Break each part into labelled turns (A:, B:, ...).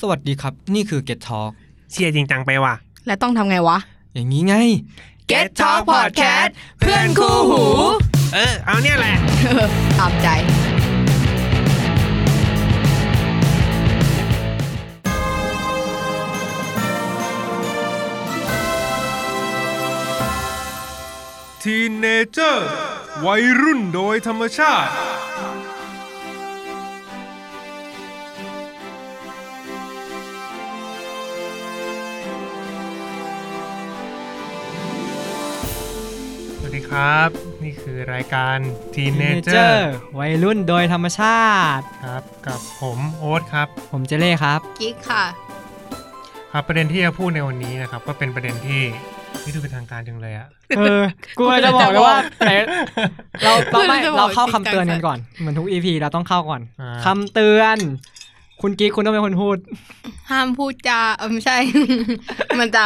A: สวัสดีครับ นี่คือ Get Talk
B: เชียร์จริงจังไปว่ะ
C: และต้องทำไงวะ
A: อย่างนี้ไง
B: Get Talk Podcast เพื่อนคู่หู เออ เอาเนี่ยแหละ
C: ตามใจ
D: ทีเนเจอร์วัยรุ่นโดยธรรมชาติ
B: สวัสดีครับ นี่คือรายการ
A: Teenager
B: Teenager
A: วัยรุ่นโดยธรรมชาติ
B: ครับ กับผมโอ๊ตครับ
A: ผมเจเล่ครับ
C: กิ๊กค่ะ
B: ครับประเด็นที่จะพูดในวันนี้นะครับ ก็เป็นประเด็นที่ที่ดูเป็นทางการจังเลยอะ
A: เออ กูจะบอกเลยว่าแต่เราเราไม่
C: กูจะบอก
A: เราเข้าคำเตือนกันก่อน เหมือนทุก EP เราต้องเข้าก่อน
B: อ่า
A: คำเตือน คุณกิ๊กคุณต้องเป็นคนพูด
C: ห้ามพูดจาเออไม่ใช่ มันจะ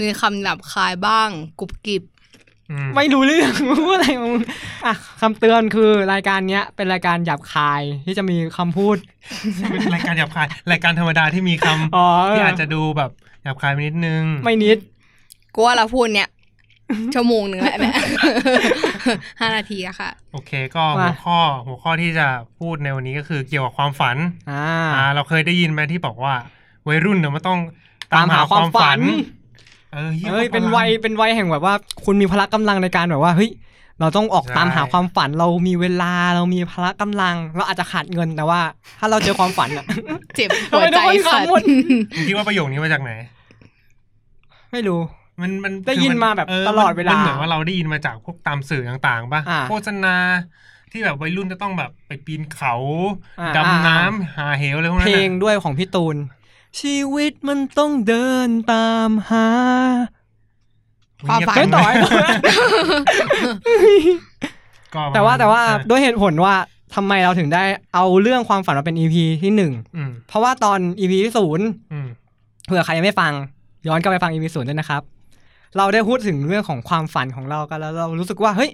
C: มีคำหนับคายบ้างกรุบกริบ
B: อืม
A: ไม่รู้เรื่อง พูดอะไรของมึงอ่ะคำเตือนคือรายการเนี้ย เป็นรายการหยาบคายที่จะมีคำพูด
B: ไม่ใช่ราย การหยาบคาย รายการธรรมดาที่มีค
A: อ๋อ
B: ำที่อาจจะดูแบบหยาบคายไปนิดนึง
A: ไม่นิด
C: กูว่าเราพูดเนี่ย ชั่วโมงหนึ่งแล้วแม่ ห้านาทีอะค่ะ
B: โอเค ก็
A: ว่า
B: หัวข้อหัวข้อที่จะพูดในวันนี้ก็คือเกี่ยวกับความฝัน
A: อ่า
B: อ่าเราเคยได้ยินไหมที่บอกว่า วัยรุ่นเนี่ยมันต้อง
A: ตา
B: ตาม
A: มหา
B: หาควา
A: ค
B: ม
A: วามฝั
B: ฝั
A: น
B: น เออหี้
A: เอ้ย
B: ก็
A: เป็น
B: ระมาณ
A: วัยเป็นวัยแห่งแบบว่า คุณมีพละกำลังในการแบบว่าเฮ้ยเราต้องออก
B: ใช่
A: ตามหาความฝันเรามีเวลาเรามีพละกำลัง เราอาจจะขาดเงินแต่ว่า ถ้าเราเจอความฝันอะ
C: เจ็บหัวใจ
A: ทำไมทุกคน
C: ค่ะ
A: ขำหมด
B: มึงคิดว่าประโยคนี้มาจากไหน
A: ไม่รู้
B: มันมัน
A: ได้ยิน
B: คือ
A: มาแบบตลอดเวลามั
B: เหมือนว่าเราได้ยินมาจากพวกตามสื่อต่างๆป่ะ
A: อ่า
B: โฆษณาที่แบบวัยรุ่นจะต้องแบบไปปีนเขา
A: อ่า
B: ดำน้ำหาเหวอะไรพวกนั้
A: เพ
B: น
A: ลง
B: น่ะ
A: ด้วยของพี่ตูน ชีวิตมันต้องเดินตามหา
C: ความฝัน
A: ไม่ต่อย
B: ก็ประมณ
A: แต่ว่าแต่ว่า
B: อ่ะ
A: ด้วยเหตุผลว่าทำไมเราถึงได้เอาเรื่องความฝันมาเป็น EP ที่หนึ่ง
B: อืม
A: เพราะว่าตอน EP ที่ศูนย์
B: อืม
A: เผื่อใครยังไม่ฟังย้อนกลับไปฟังอีพีศูนย์ด้วยนะครับ เราได้พูดถึงเรื่องของความฝันของเรากันแล้วเรารู้สึกว่าเฮ้ย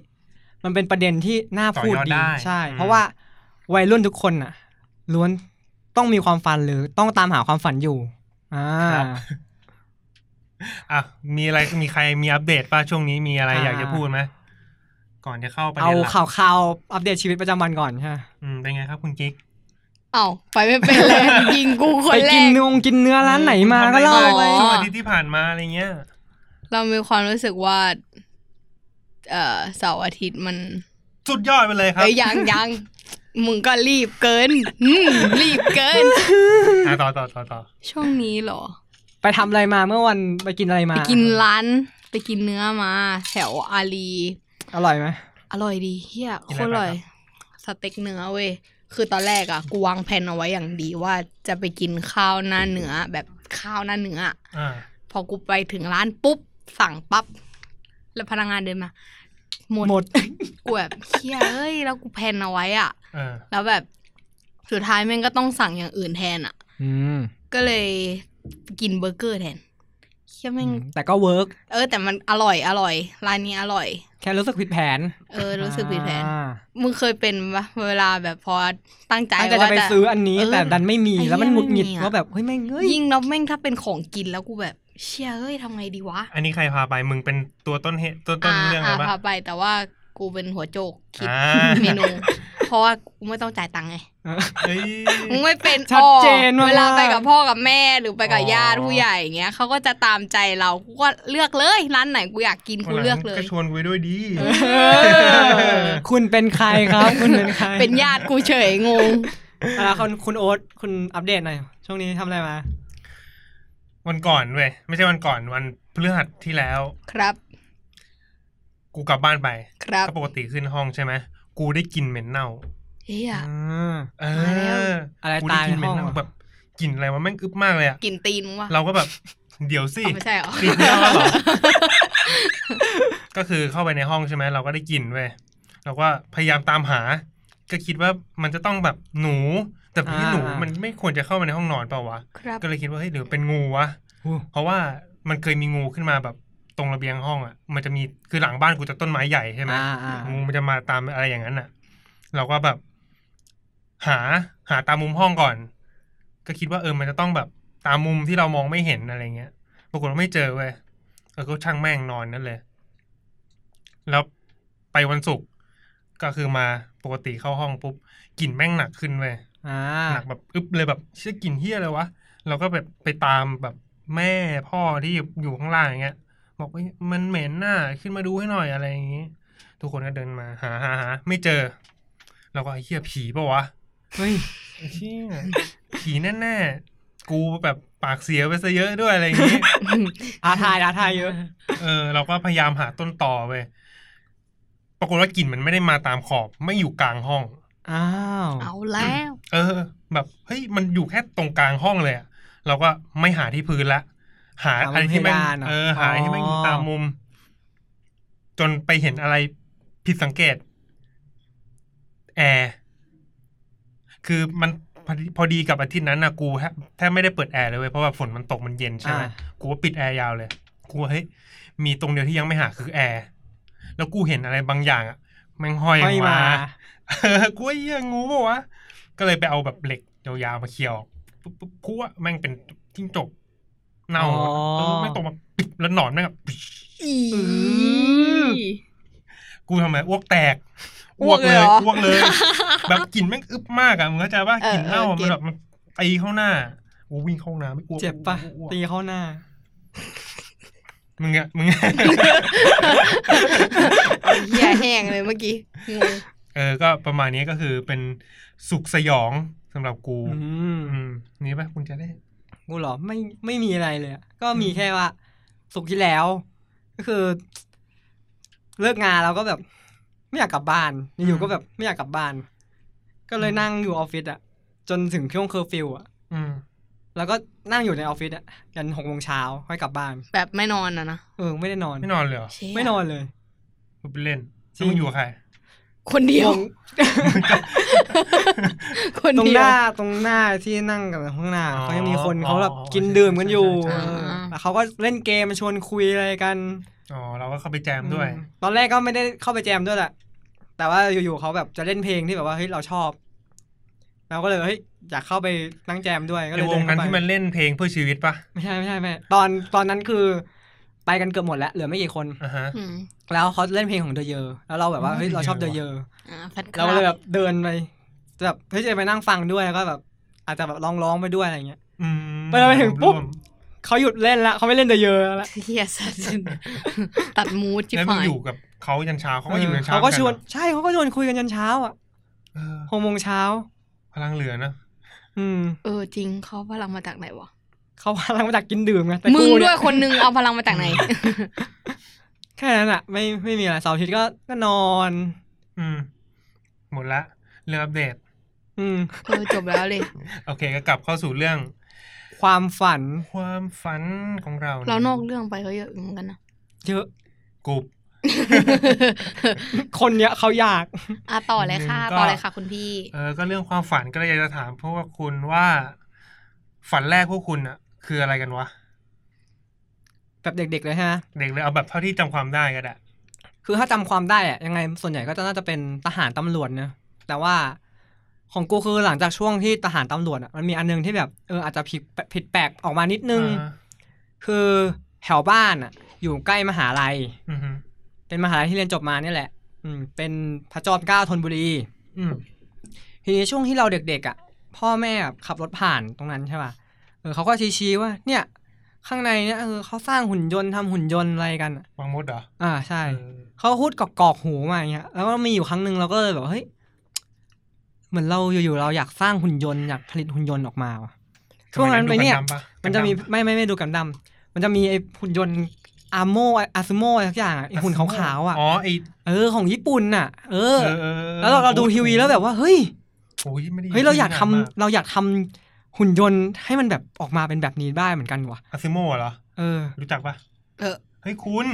A: มันเป็นประเด็นที่น่า
B: ต่อ
A: พูด
B: ยอด
A: ดี
B: ได้
A: ใช่ เพราะว่าวัยรุ่นทุกคนน่ะ ล้วนต้องมีความฝันหรือต้องตามหาความฝันอยู่อ่า
B: ครับอ่ะมีอะไรมีใครมีอัปเดตป่ะช่วงนี้มีอะไร
A: อ่า
B: อยากจะพูดไหมก่อนจะเข้าประ
A: เอา
B: เด็นหลัก
A: ข่าวข่าวอัปเดตชีวิตประจำวันก่อนฮะ
B: อืมเป็นไงครับคุณกิ๊ก
C: เอ้าไปไม่เป็นเลย ยิงกูค
A: ไป
C: นแร
A: กิน
C: ก
A: นงกินเนื้อร้านไหนมาก็เล่า
B: ทำอะไรบ้ง
C: อ๋อ
B: ช่วงอาทิตย์ที่ผ่านมาอะไรเงี้ย
C: เรามีความรู้สึกว่า เอ่อเสาร์อาทิตย์มัน
B: สุดยอดไปเลยครับ
C: เอ้ยยังยังมึงก็รีบเกินอืมรีบเกิน
B: อ่ะต่อต่อต่อต่อ
C: ช่วงนี้เหรอ
A: ไปทำอะไรมาเมื่อวันไปกินอะไรมา
C: ไปกินร้าน ไปกินเนื้อมา แถวอารี
A: อร่อยไหม
C: อร่อยดีเฮียโคตรอร่อย สเต็กเนื้อเว้ย คือตอนแรกอะกูวางแผนเอาไว้อย่างดีว่าจะไปกินข้าวหน้าเนื้อแบบข้าวหน้าเนื้ออะ
B: อ่า
C: พอกูไปถึงร้านปุ๊บ สั่งปั๊บ แล้วพนักงานเดินมา หมด
A: หมด
C: กูแบบเฮียเอ้ย แล้วกูแผนเอาไว้อะ
B: เออ
C: แล้วแบบสุดท้ายแม่งก็ต้องสั่งอย่างอื่นแทนอะ
A: อืม
C: ก็เลยกินเบอร์เกอร์แทนเฮียแม่ง
A: แต่ก็เวิร์ก
C: เออแต่มันอร่อยอร่อยร้านนี้อร่อย
A: แค่รู้สึกผิดแผน
C: เออรู้สึกผิดแผน
A: อ่า
C: มึงเคยเป็นปะเวลาแบบพอตั้งใจ
A: ตั้งใจจะ
C: ว่า
A: ไปซื้ออันนี้
C: เออ
A: แต่ดันไม่มี
C: ไอ้เหี้ย
A: แล้วมันหงุดหงิด
C: ไม่มีอะ
A: ว่าแบบเฮ้ยแม่งเอ้ย
C: ยิ่งเนับแม่งถ้าเป็นของกินแล้วกูแบบ เชี่ยเอ้ยทำไงดีวะ
B: อันนี้ใครพาไปมึงเป็นตัวต้นเหตุตัวต้นเรื่องเล
C: อ่าย
B: ปะ
C: พาไปแต่ว่ากูเป็นหัวโจกคิด
B: อ่า
C: เมนู เพราะว่ากูไม่ต้องจ่ายตังค์ไง
A: เออ
B: เอ้ย
C: มึงไม่เป็น
A: ชัดเจน
C: อ๋
A: มาก
C: อเวลาไปกับพ่อกับแม่หรือไปกับ
B: อ๋อ
C: ญาติผู้ใหญ่อย่างเงี้ยเขาก็จะตามใจเรากูก็เลือกเลยร้านไหนกูอยากกินกูเลือกเล
B: วันห
C: ย
B: ก็ชวนกูไปด้วยดี อ
A: คุณเป็นใครครับ คุณเป็นใคร
C: เป็นญาติกูเฉยงง
A: อ่าคุณคุณโอ๊ตคุณอัปเดตหน่อยช่วงนี้ทำอะไรมา
B: วันก่อนเว้ยไม่ใช่วันก่อนวันพฤหัสที่แล้ว
C: ครับ
B: กูกลับบ้านไป
C: ครับ
B: ก็ปกติขึ้นห้องใช่ไหมกูได้กลิ่นเหม็นเน่า
C: เฮีย
A: อืม
B: เอ
C: มาแล้ว
B: อ
A: อะไร
B: กูได้
A: ตาย
B: กลิ่นเหม็น
A: ในห้อง
B: เน่า
A: อะ
B: แบบกลิ่นอะไรวะแม่งอึบมากเลยอะ
C: กินตีนมึงวะ
B: เราก็แบบเดี๋ยวสิ
C: เอาไม่ใช่เหรอ
B: กลิ่นไม่เอาแล้วเหรอ ก็คือเข้าไปในห้องใช่ไหมเราก็ได้กลิ่นเว้ยเราก็พยายามตามหา ก็คิดว่ามันจะต้องแบบหนู แต่พี่
A: อ่า
B: หนูมันไม่ควรจะเข้ามาในห้องนอนเปล่าวะ
C: ครับ
B: ก็เลยคิดว่าเฮ้ยหรือเป็นงูวะเพราะว่ามันเคยมีงูขึ้นมาแบบตรงระเบียงห้องอ่ะ มันจะมีคือหลังบ้านกูจะต้นไม้ใหญ่ใช่ไหม
A: อ่าอ่า
B: งูมันจะมาตามอะไรอย่างนั้นอ่ะ เราก็แบบ หาหาตามมุมห้องก่อน ก็คิดว่าเออมันจะต้องแบบตามมุมที่เรามองไม่เห็นอะไรเงี้ย ปรากฏว่าไม่เจอเว้ยเออก็ช่างแม่งนอนนั่นเลย แล้วไปวันศุกร์ก็คือมาปกติเข้าห้องปุ๊บกลิ่นแม่งหนักขึ้นเว้ย
A: อ่า
B: หนักแบบอึบเลยแบบเชื่อกลิ่นเฮี้ยเลยวะเราก็แบบไปตามแบบแม่พ่อที่อยู่ข้างล่างอย่างเงี้ย บอกว่ามันเหม็นน่ะขึ้นมาดูให้หน่อยอะไรอย่างงี้ ทุกคนก็เดินมาหาหาหาไม่เจอ เราก็ไอ้เฮี้ยผีปะวะ
A: เฮ้ย
B: ไอ้เฮี้ยผีแน่ๆกูแบบปากเสียไปซะเยอะด้วยอะไรอย่างงี้
A: อาทายอาทายเยอะ
B: เออเราก็พยายามหาต้นต่อไปปรากฏว่ากลิ่นมันไม่ได้มาตามขอบไม่อยู่กลางห้อง
A: อ้าว
C: เอาแล้ว
B: เออ แบบเฮ้ยมันอยู่แค่ตรงกลางห้องเลยอะเราก็ไม่หาที่พื้นละ หา
A: หาบน
B: อะไรที่แม่ง
A: เพดานเหรอ
B: เออหาอะไรที่แม่งอยู่ตาม
A: อ๋อ
B: มุม จนไปเห็นอะไรผิดสังเกต แอร์คือมันพอดีพอดีกับอาทิตย์นั้นนะกูแทบแทบไม่ได้เปิดแอร์เลยเว้ยเพราะว่าฝนมันตกมันเย็นใช่ไหม
A: อ่า
B: กูว่าปิดแอร์ยาวเลยกูว่าเฮ้ยมีตรงเดียวที่ยังไม่หาคือแอร์แล้วกูเห็นอะไรบางอย่างอะแม่งห้อยออ
A: ไม่
B: ก
A: มา
B: มา เอ อกล้วยเหี้ยงูปะวะ ก็เลยไปเอาแบบเหล็กยาวๆมาเคี่ยวปุ๊บปุ๊บคั่วแม่งเป็นจิ้งจกเน่า
A: อ๋อ
B: เออแม่งตกมาปิ๊บแล้วหนอนแม่งแบบปิ๊บ
C: อี
A: อ
B: กูทำไมอ้วกแตก
C: อ้วกเลยเหรอ
B: อ้วกเลย แบบกลิ่นแม่งอึบมากอะมึงเข้าใจป่ะ
C: เออก
B: ลิ่นเน่าอะ
C: เออ
B: มัน
C: เก็ต
B: แบบมันตีเข้าหน้ากูวิ่งเข้าห้องน้ำไม่อ้วก
A: เจ็บปะ
B: อ้วกอ้วก
A: ตีเข้าหน้า
B: มึงอะมึงอะ
C: เหี้ยแห้งเลยเมื่อกี้งง
B: เออ ก็ประมาณนี้ก็คือเป็นสุขสยองสำหรับกู
A: อืม
B: อืมนี่ป่ะคุณจะได้
A: กูเหรอไม่ไม่มีอะไรเลยอะก็มีแค่ว่า สุกร์ที่แล้ว ก็คือ เลิกงานเราก็แบบ ไม่อยากกลับบ้านอยู่ๆก็แบบไม่อยากกลับบ้าน ก็เลย
B: อืม
A: นั่งอยู่ออฟฟิศอะจนถึงช่วงเคอร์ฟิวอะ
B: อืม
A: แล้วก็นั่งอยู่ในออฟฟิศอะยันหกโมงเช้าค่อยกลับบ้าน
C: แบบไม่นอนอะนะ
A: เออไม่ได้นอน
B: ไม่นอนเลยเหรอ
C: เชี่ย
A: ไม่นอนเลย
B: กูไปเล่น
A: จริ
B: แล้ว
A: ง
B: มึงอยู่กับใคร
C: คนเดียว คน
A: ตรง
C: เดี
A: ห
C: ยว
A: น้าตรงหน้าที่นั่งกับข้างหน้า
B: อ๋อ
A: เขายังมีคน
B: อ๋อ
A: เขาแบบกิน
B: ใช่
A: ดื่มกันอยู่
B: ใช่ใช่
A: เออ
C: ใช่
A: แล้วเขาก็เล่นเกมชวนคุยอะไรกัน
B: อ๋อเราก็เข้าไปแจมด้วย
A: อืมตอนแรกก็ไม่ได้เข้าไปแจมด้วยแหละแต่ว่าอยู่ๆเขาแบบจะเล่นเพลงที่แบบว่าเฮ้ยเราชอบเราก็เลยเฮ้ยอยากเข้าไปนั่งแจมด้วยก็
B: ไอ
A: เลยว เดิ
B: ง
A: น
B: นั้น
A: เข้า
B: ที่
A: ไป
B: มันเล่นเพลงเพื่อชีวิตปะ
A: ไม่ใช่ไม่ใช่ไม่ใช่ตอนตอนนั้นคือ ไปกันเกือบหมดแล้วเหลือไม่กี่คน
B: อ่าฮะ
C: อืม
A: แล้วเขาเล่นเพลงของเดอเยอแล้วเราแบบว่าเฮ้ยเราชอบเดอเยอ
C: อ่าแฟนค
A: เรา
C: บ
A: ก็เลยแบบเดินไปแบบเฮ้ยจะไปนั่งฟังด้วยแล้วก็แบบ อาจจะแบบร้องร้องๆไปด้วยอะไรเงี้ย
B: อืม
A: ไปเราไปถึงปุ๊บ เขาหยุดเล่นละเขาไม่เล่นเดอะเยอะละ
C: เฮียสัตว์ตัดมูดจิบ
B: แล้วมึง
C: หาย
B: อยู่กับเขายันเช้าเขาก็อยู่ยันเช้า
A: เขาก็ชวน
B: หมือกั
A: ใช่เขาก็ชวนคุยกันยันเช้าอ่ะ
B: เออ
A: หกโมงเช้า
B: พลังเหลือนะ
A: อืม
C: เออจริงเขาพลังมาจากไหนวะ
A: เขาพลังมาจากกินดื่มไงแต่
C: มึง
A: กู
C: ด้
A: เนี่
C: วยคนนึงเอาพลังมาจากไหน
A: แค่นั้นอ่ะ ไม่ไม่มีอะไรเสาร์อาทิตย์ก็ก็นอน
B: อืม หมดละ เรื่องอัปเดต
A: อืม
C: เออจบแล้วเลย
B: โอเคก็กลับเข้าสู่เรื่อง
A: ความฝัน
B: ความฝันของเรา
C: เรานอกเรื่องไปก็เยอะเหมือนกันนะ
A: เยอะ
B: กรุบ
A: คนเนี้ยเขาอยาก
C: อ่ะต่อเลยค่ะ
B: หนึ่งก็
C: ต่อเลยค่ะคุณพี่
B: เออ ก็เรื่องความฝันก็เลยอยากจะถามพวกคุณว่า ฝันแรกพวกคุณอะคืออะไรกันวะ
A: แบบเด็กๆเลยฮะ
B: เด็กเลยเอาแบบเท่าที่จำความได้ก็ได้
A: คือถ้าจำความได้อะยังไงส่วนใหญ่ก็จะน่าจะเป็นทหารตำรวจนะแต่ว่าของกูคือหลังจากช่วงที่ทหารตำรวจอะมันมีอันนึงที่แบบเอออาจจะผิดผิดแปลกออกมานิดนึง
B: อ่า
A: คือแถวบ้านอะอยู่ใกล้มหาลัย
B: อืมฮึ
A: เป็นมหาลัยที่เรียนจบมาเนี่ยแหละ อืมเป็นพระจอมเกล้าธนบุรี
B: อืม
A: ทีนี้ช่วงที่เราเด็กๆอะ่ะ พ่อแม่แบบขับรถผ่านตรงนั้นใช่ป่ะเออเขาก็ชี้ๆว่า เนี่ย ข้างในเนี่ยเออเขาสร้างหุ่นยนต์ทำหุ่นยนต์อะไรกันอะ
B: วางมดเหรอ
A: อ่าใช่
B: เออ
A: เขาพูดกอกๆหูมาอย่างเงี้ย แล้วก็มีอยู่ครั้งหนึ่งเราก็เลยแบบเฮ้ย เหมือนเราอยู่ๆเราอยากสร้างหุ่นยนต์อยากผลิตหุ่นยนต์ออกมาว่ะ ช่วงนั้นไปเนี่ย
B: สมัดูกัดำปะ
A: มันจะมี
B: กัดำป
A: ไม่ไม่ไม่ดูกันดำมันจะมีไอหุ่นยนต์อาโมอาซูโมอะไรสักอย่างอะไอหุ่นขาวๆอ่ะ
B: อ๋อไอ
A: เออของญี่ปุ่นน่ะ เออ
B: เออออ
A: แล้วเราเราดูทีวีแล้วแบบว่าเฮ้ย
B: โอ้ยไม่ได้น
A: เฮ้ยเราอยากทำ
B: ม
A: เราอยากทำหุ่นยนต์ให้มันแบบออกมาเป็นแบบนี้ได้เหมือนกันว่ะ
B: อาซิโมเหรอ
A: เออ
B: รู้จักปะ
C: เออ
B: เฮ้ยคุณ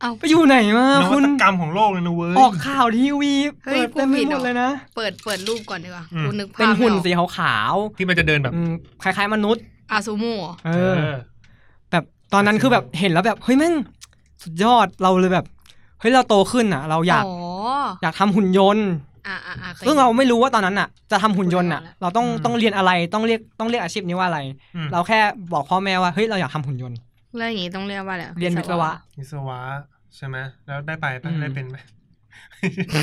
C: เอา
A: ไปอยู่ไหนมาน
B: วั
A: คุณ
B: ตกรรมของโลกเลยนะเว้ย
A: ออกข่าวทีวี
C: เฮ้ย
A: เปิดเต็มไปหมดเลยนะ
C: เปิดเปิดรูปก่อนดีกว่า
B: อืม
C: กูนึกภาพ
A: เป็นหุ่นสี
C: ไม่ออก
A: ขาว
B: ที่มันจะเดินแบบ
A: ๆอืมคล้ายๆมนุษย์
C: อาซูโม่เหรอ
A: เออ แบบตอนนั้นคือแบบเห็นแล้วแบบ เฮ้ยแม่งสุดยอดเราเลยแบบ เฮ้ยเราโตขึ้นอ่ะ เราอยาก
C: อ๋อ
A: อยากทำหุ่นยนต์
C: อ่าอ่าอ่าคย
A: ซึ่งเราไม่รู้ว่าตอนนั้นอ่ะ จะทำหุ่นยนต์อ่ะ
C: คุณเอาละ
A: เราต้อง
B: อืม
A: ต้องเรียนอะไรต้องเรียกต้องเรียกอาชีพนี้ว่าอะไร
B: อืม
A: เราแค่บอกพ่อแม่ว่าเฮ้ยเราอยากทำหุ่นยนต์
C: แล้วอย่างงี้ต้องเรียกว่าอะไรอะ
A: เรียนวิศวะ
B: วิศวะใช่ไหมแล้วได้ไปปะ
A: อืม
B: ได้เป็นไหม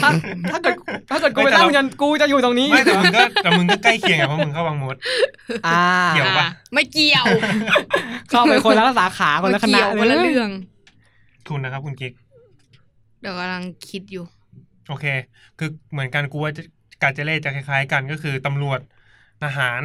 A: ถ้าถ้าเกิดถ้าเกิดกู
B: ไม่
A: ไป
B: แต่
A: ตั้ง
B: เรา
A: หุ่นยนต์กูจะอยู่ตรงนี้
B: ไม่แต่มึงก็แต่มึงก็ใกล้เคียงอะเพราะมึงเข้าวังมด
A: อ่า
B: เกี่ยว
C: อ่าไม่เกี่ยว
A: เข้าไปคนละสาขาคนละค
C: ไม่
A: ณะ
C: เกี่ยวคนละเรื่อง
B: ทุนนะครับคุณกิ๊ก
C: เดี๋ยวกำลังคิดอยู่
B: โอเค คือเหมือนกันกูว่าจะการเจเล่จะคล้าย ๆ กันก็คือตำรวจทหาร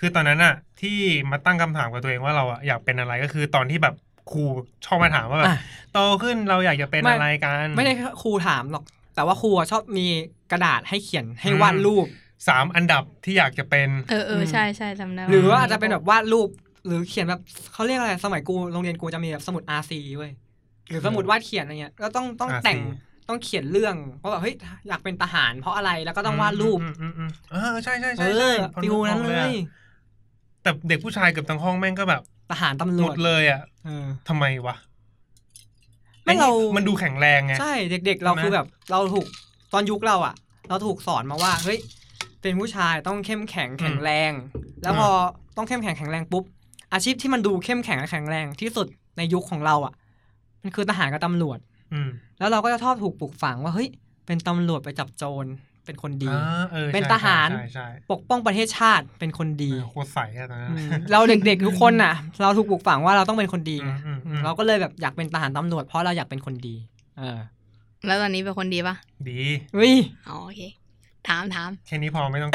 B: คือตอนนั้นอะที่มาตั้งคำถามกับตัวเองว่าเราอะอยากเป็นอะไรก็คือตอนที่แบบครูชอบมาถามว่าแบบ
A: อ่ะ
B: โตขึ้นเราอยากจะเป็น
A: ไม่
B: อะไรกัน
A: ไม่ได้ครูถามหรอก แต่ว่าครูอะชอบมีกระดาษให้เขียนให้วาดรูป
B: สามอันดับที่อยากจะเป็น
C: เออเออใช่ใช่จำได้
A: หรือว่าอาจจะเป็นแบบวาดรูป หรือเขียนแบบเขาเรียกอะไรสมัยกูโรงเรียนกูจะมีแบบสมุด RC เว้ยหรือสมุดวาดเขียนอะไรเงี้ยก็ต้องต้อง
B: RC
A: แต่งต้องเขียนเรื่องว่าแบบเฮ้ยอยากเป็นทหาร เพราะอะไรแล้วก็ต้องวาดรูป
B: อืมอืมอืมอืมเออใช่ใช่
A: เอ
B: ใช่ใช่
A: อ
B: พอ
A: ฟิ
B: ก
A: ว
B: อ
A: นั้
B: อน ก
A: เลย
B: แต่เด็กผู้ชายเกือบทั้งห้องแม่งก็แบบ
A: ทหารตำร
B: หม
A: วจ
B: ดเลยอะ
A: เออ
B: ทำไมวะ
A: ไม่เรา
B: นดูแข็งแรงไง
A: ใช่เด็ก ๆ เรา
B: ใช่ไหม
A: คือแบบ เราถูกตอนยุคเราอ่ะ เราถูกสอนมาว่าเฮ้ยเป็นผู้ชายต้องเข้มแข็งแข็งแรง แล้วพอต้องเข้มแข็งแข็งแรงปุ๊บอาชีพที่มันดูเข้มแข็งและแข็งแรงที่สุดในยุคของเราอ่ะ มันคือทหารกับตำรวจ
B: อืม
A: แล้วเราก็จะชอบถูกปลูกฝังว่าเฮ้ย เป็นตำรวจไปจับโจรเป็นคนดี
B: อ่าออ
A: เป็น
B: ใช่
A: ทหาร
B: ใช่ใช่
A: ปกป้องประเทศชาติเป็นคนดี
B: เออโคตรใสอะตอนนั้น
A: อืมเราเด็กๆทุกคนน่ะ เราถูกปลูกฝังว่าเราต้องเป็นคนดีไง
B: อืมอืมอืม
A: เราก็เลยแบบอยากเป็นทหารตำรวจเพราะเราอยากเป็นคนดี เออ
C: แล้วตอนนี้เป็นคนดีปะ
B: ดี
A: วิ
C: อ๋อโอเค ถามถาม
B: แค่นี้พอ ไม่ต้อง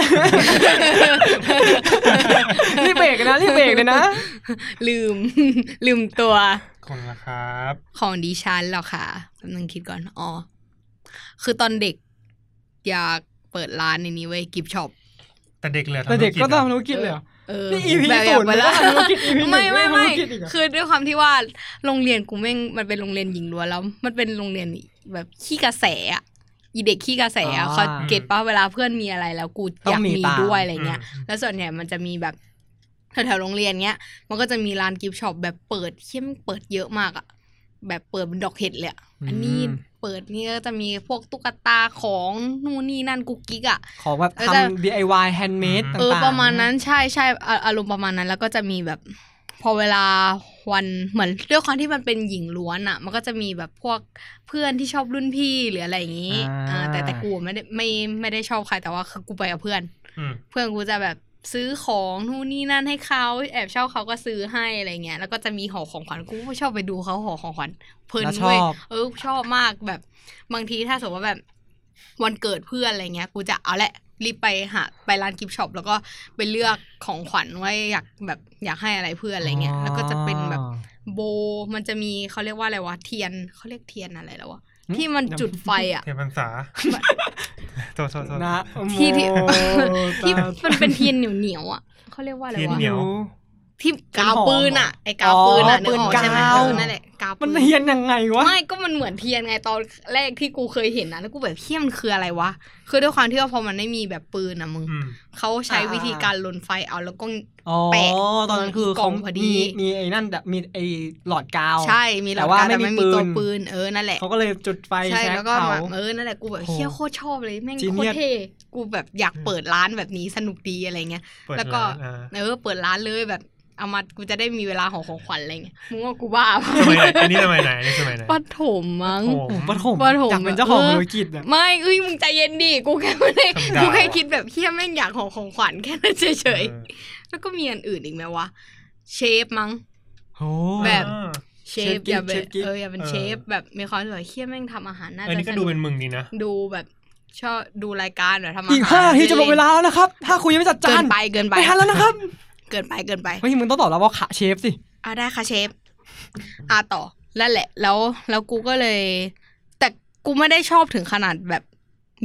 A: รีบเบรกเลยนะรีบเบรก เลยนะ
C: ลืม ลืมตัว
B: คนละครับ
C: ของดิฉันหรอกค่ะแป๊บนึงคิดก่อน อ๋อ คือตอนเด็ก อยากเปิดร้านในนี้เว้ยกิฟช็อป
B: แต่เด็กเหลือทำ
A: แต่เด็กก็
B: ธุ
A: ทำ
B: รจ
A: ธุรกิจเลยเหรอ
C: เออ
A: นี่ EP
C: แบบอยาก
A: ศูนย์
C: เปิดร้าน
A: ไม่ ได้ทำธุรกิจ EP หนึ่ง
C: ไม่ไม่
A: ไม่
C: ไม่
A: ทำธุรกิจอีกเหรอ
C: คือด้วยความที่ว่าโรงเรียนกูแม่งมันเป็นโรงเรียนหญิงล้วนแล้ว มันเป็นโรงเรียนแบบขี้กระแสอะอีเด็กขี้กระแสอะ
A: อ่า
C: เขาเก็ตป้าเวลาเพื่อนมีอะไรแล้วกู
A: ต้อง
C: อยาก
A: มี
C: มี
A: ตาม
C: ด้วยอะไร
B: อืม
C: เงี้ย
B: อืม
C: แล้วส่วนใหญ่มันจะมีแบบแถวๆโรงเรียนเงี้ย มันก็จะมีร้านกิฟต์ช็อปแบบเปิดเขี้ยมนเปิดเยอะมากอะแบบเปิดเป็นดอกเห็ดเลยอะ
A: อืม
C: อันนี้เปิดนี่ก็จะมีพวกตุ๊กตาของนู่นนี่นั่นกุ๊กกิ๊กอะ
A: ของแบบ
C: แล้วจะ
A: ทำ DIY handmade ต่างๆ
C: เออประมาณนั้นใช่ใช่อ่ะอารมณ์ประมาณนั้นแล้วก็จะมีแบบ พอเวลาวันเหมือนด้วยความที่มันเป็นหญิงล้วนอะ่ะ มันก็จะมีแบบพวกเพื่อนที่ชอบรุ่นพี่หรืออะไรอย่างนี้อ่าแต่แต่กูไม่ได้ไม่ไม่ได้ชอบใครแต่ว่าคือกูไปกับเพื่อน
B: อืม
C: เพื่อนกูจะแบบซื้อของนู่นนี่นั่นให้เขาแอบเช่าเขาก็ซื้อให้อะไรเงี้ยแล้วก็จะมีห่อของขวัญกูก็ชอบไปดูเขาห่อของขวัญเพลิน
A: แล้วช
C: เว้
A: อย บ
C: เออชอบมากแบบบางทีถ้าสมมติว่าแบบวันเกิดเพื่อนอะไรเงี้ย กูจะเอาแหละรีบไปหาไปร้านกิฟต์ช็อปแล้วก็ไปเลือกของขวัญว่าอยากแบบอยากให้อะไรเพื่อนอะไรเงี้ยแล้วก็จะเป็นแบบ โบมันจะมีเขาเรียกว่าอะไรวะเทียนเขาเรียกเทียนอะไรแล้ววะ
A: อืม
C: ที่มันจุดไฟอ่ะ
B: เทพรรษาโทษโทษโทษ
A: นะ
C: ที่ที่ ที่มันเป็นเทียนเหนียวเหนียวๆอ่ะเขาเรียกว่าอะไร
B: เทียน
C: วะ
B: เหนียว
C: ที่กาวปืนอ่ะไอ้กาวปืนอ่ะ
A: อ๋อ
C: นึกออกใช่ไหม
A: ปืนกาว
C: เออนั่นแหละกาวปื
A: มันเฮียนยังไงวะ
C: ไม่ก็มันเหมือนเทียนไงตอนแรกที่กูเคยเห็นนะแล้วกูแบบเทียมันคืออะไรวะคือด้วยความที่ว่าพอมันไม่มีแบบปืนอ่ะมึง
B: อืม
C: เขาใช้
A: อ่า
C: วิธีการลนไฟเอาแล้วก็
A: อ๋อ
C: แปะ
A: ตอนนั้นคือเขา
C: กล่องพอดี
A: มีมีไอ้นั่นแบบมีไอ้หลอดกาว
C: ใช่มีหลอ
A: แต่ว่าก
C: ดาว
A: ไม่
C: แต่
A: มี
C: ไม่มีตัว
A: ปืน
C: ปืนเออนั่นแหละ
A: เขาก็เลยจุดไฟ
C: ใช่
A: แช
C: แล้ว
A: ก
C: ก็
A: เขา
C: แบบเออนั่นแหละกูแบบ
A: โอ้โห
C: เชี่ยโคตรชอบเลยแม่งโคต
A: Genius
C: รเท่กูแบบอยากเปิดร้านแบบนี้สนุกดีอะไรเงี้ย
B: เปิด
C: แล้วก็
B: ร้านอ่า
C: เออเปิดร้านเลยแบบเอามากูจะได้มีเวลาห่อของขวัญอะไรเงี้ยมึงว่ากูบ้าปะ
B: สมัยไหนอันนี้สมัยไหนอันนี้สมัยไหน
C: ปฐมมั้ง
B: โอ้
A: โอ้โห
B: โห
A: ปฐม
C: ปฐม
A: อยากเป็นเจ้าของ
C: เออ
A: ธุรกิจอะ
C: ไม่เอ้ยมึงใจเย็นดิ กูแค่ไม่ได้
B: ธรรมดา
C: กูแค่คิดแบบเฮียแม่งอยากของของขวัญแค่นั้นเฉย
B: ออ
C: ๆ แล้วก็มีอันอื่นอีกไหมวะ เชฟมั้ง
A: โอ้
C: แบบ
B: อ่า
C: เช
A: เช
C: ฟ
A: ฟกิ๊ก
C: อย่าเป็น
A: เชฟกิ๊ก
C: เอออย่าเป็นเชฟแบบมีความรู้สึกว่าเฮียแม่งทำอาหารน่า
B: อัน
C: จะ
B: นี้ก็ดูเป็นมึงดีนะ
C: ดูแบบชอบดูรายการแบบทำอาหาร
A: อีกห้านาทีจะหมดเวลา
C: ล่น
A: แล้วนะครับ ถ้าคุณยังไม่จัด
C: ๆเกิ
A: จาน
C: นไปเกินไป
A: ไม่ทันแล้วนะครับ
C: เกินไปเกินไป
A: เฮ้ยมึงต้องตอบแล้วว่าขาเชฟสิ
C: อ่ะได้ค่ะเชฟ อ่ะต่อนั่นแหละ แล้วแล้วกูก็เลย แต่กูไม่ได้ชอบถึงขนาดแบบ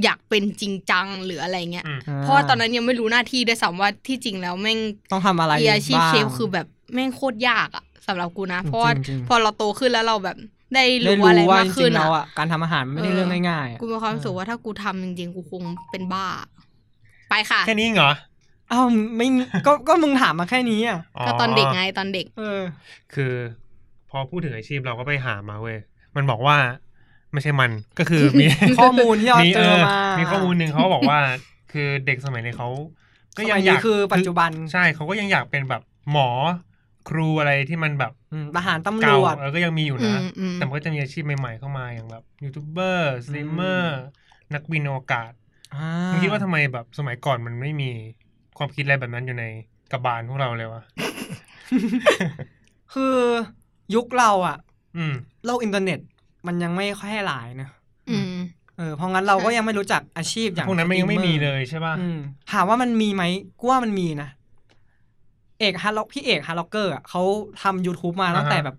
C: อยากเป็นจริงจังหรืออะไรเงี้ย
B: อืม
C: เพราะว่าตอนนั้นยังไม่รู้หน้าที่ด้วยซ้ำว่าที่จริงแล้วแม่ง
A: ต้องทำอะไร
C: เรียอาชีพเชฟ
A: บ้าง
C: คือแบบแม่งโคตรยากอะสำหรับกูนะ
A: จริงๆ
C: เพราะว่า
A: จริงๆ
C: พอเราโตขึ้นแล้วเราแบบได้
A: ได้
C: รู้
A: รู้
C: อะไร
A: ว่าม
C: าก
A: จริ
C: ขึ้น
A: งๆแล้ว
C: อะ
A: อ่ะการทำอาหารมันไม่ได้
C: เออ
A: เรื่องง่ายๆอะ
C: กูมีความรู้สึกว่าถ้ากูทำจริงๆ กูคงเป็นบ้า ไปค่ะ
B: แค่นี้เหรอ
A: เอ้าวไม่มีก็ก็มึงถามมาแค่นี้อ่ะ
C: ก็ตอนเด็กไงตอนเด็ก
A: เออ
B: คือ พอพูดถึงอาชีพเราก็ไปหามาเว้ย มันบอกว่า ไม่ใช่มันก็ คือมี
A: ข้อมูลที่เรา
B: มี
A: เจอมา
B: มีข้อมูลหนึ่งเขาบอกว่า คือเด็กสมัยนี้เขา
A: ส
B: ก็
A: มั
B: ยัง
A: ย
B: อยา
A: นี้
B: ก
A: คือปัจจุบัน
B: ใช่เขาก็ยังอยากเป็นแบบหมอครูอะไรที่มันแบบ
A: อืมทหารตำร
B: เก่าว
A: จ
B: เออก็ยังมีอยู่
C: อื
B: นะ
C: มอืม
B: แต่มันก็จะมีอาชีพใหม่ๆเข้ามาอย่างแบบยูทูบเบอร์สตรีมเมอร์นักบินอวกาศ
A: อ่า
B: มึงคิดว่าทำไมแบบสมัยก่อนมันไม่มีความคิดอะไรแบบนั้นอยู่ในกระบาลพวกเราเลยวะ
A: คือยุคเราอะ
B: อืม
A: โลกอินเทอร์เน็ต มันยังไม่ค่อยให้หลายนะ
C: อืม
A: เออเพราะงั้นเราก็ยังไม่รู้จักอาชีพอย่าง
B: พวกนั้นมันยังไม่มีเลย ยใช่ป่ะ
A: ถามว่ามันมีไหมกูว่ามันมีนะเอกฮาร์ล็อกพี่เอกฮาร์ล็อกเกอร์อะเขาทำ YouTube มาตั้งแต่แบบ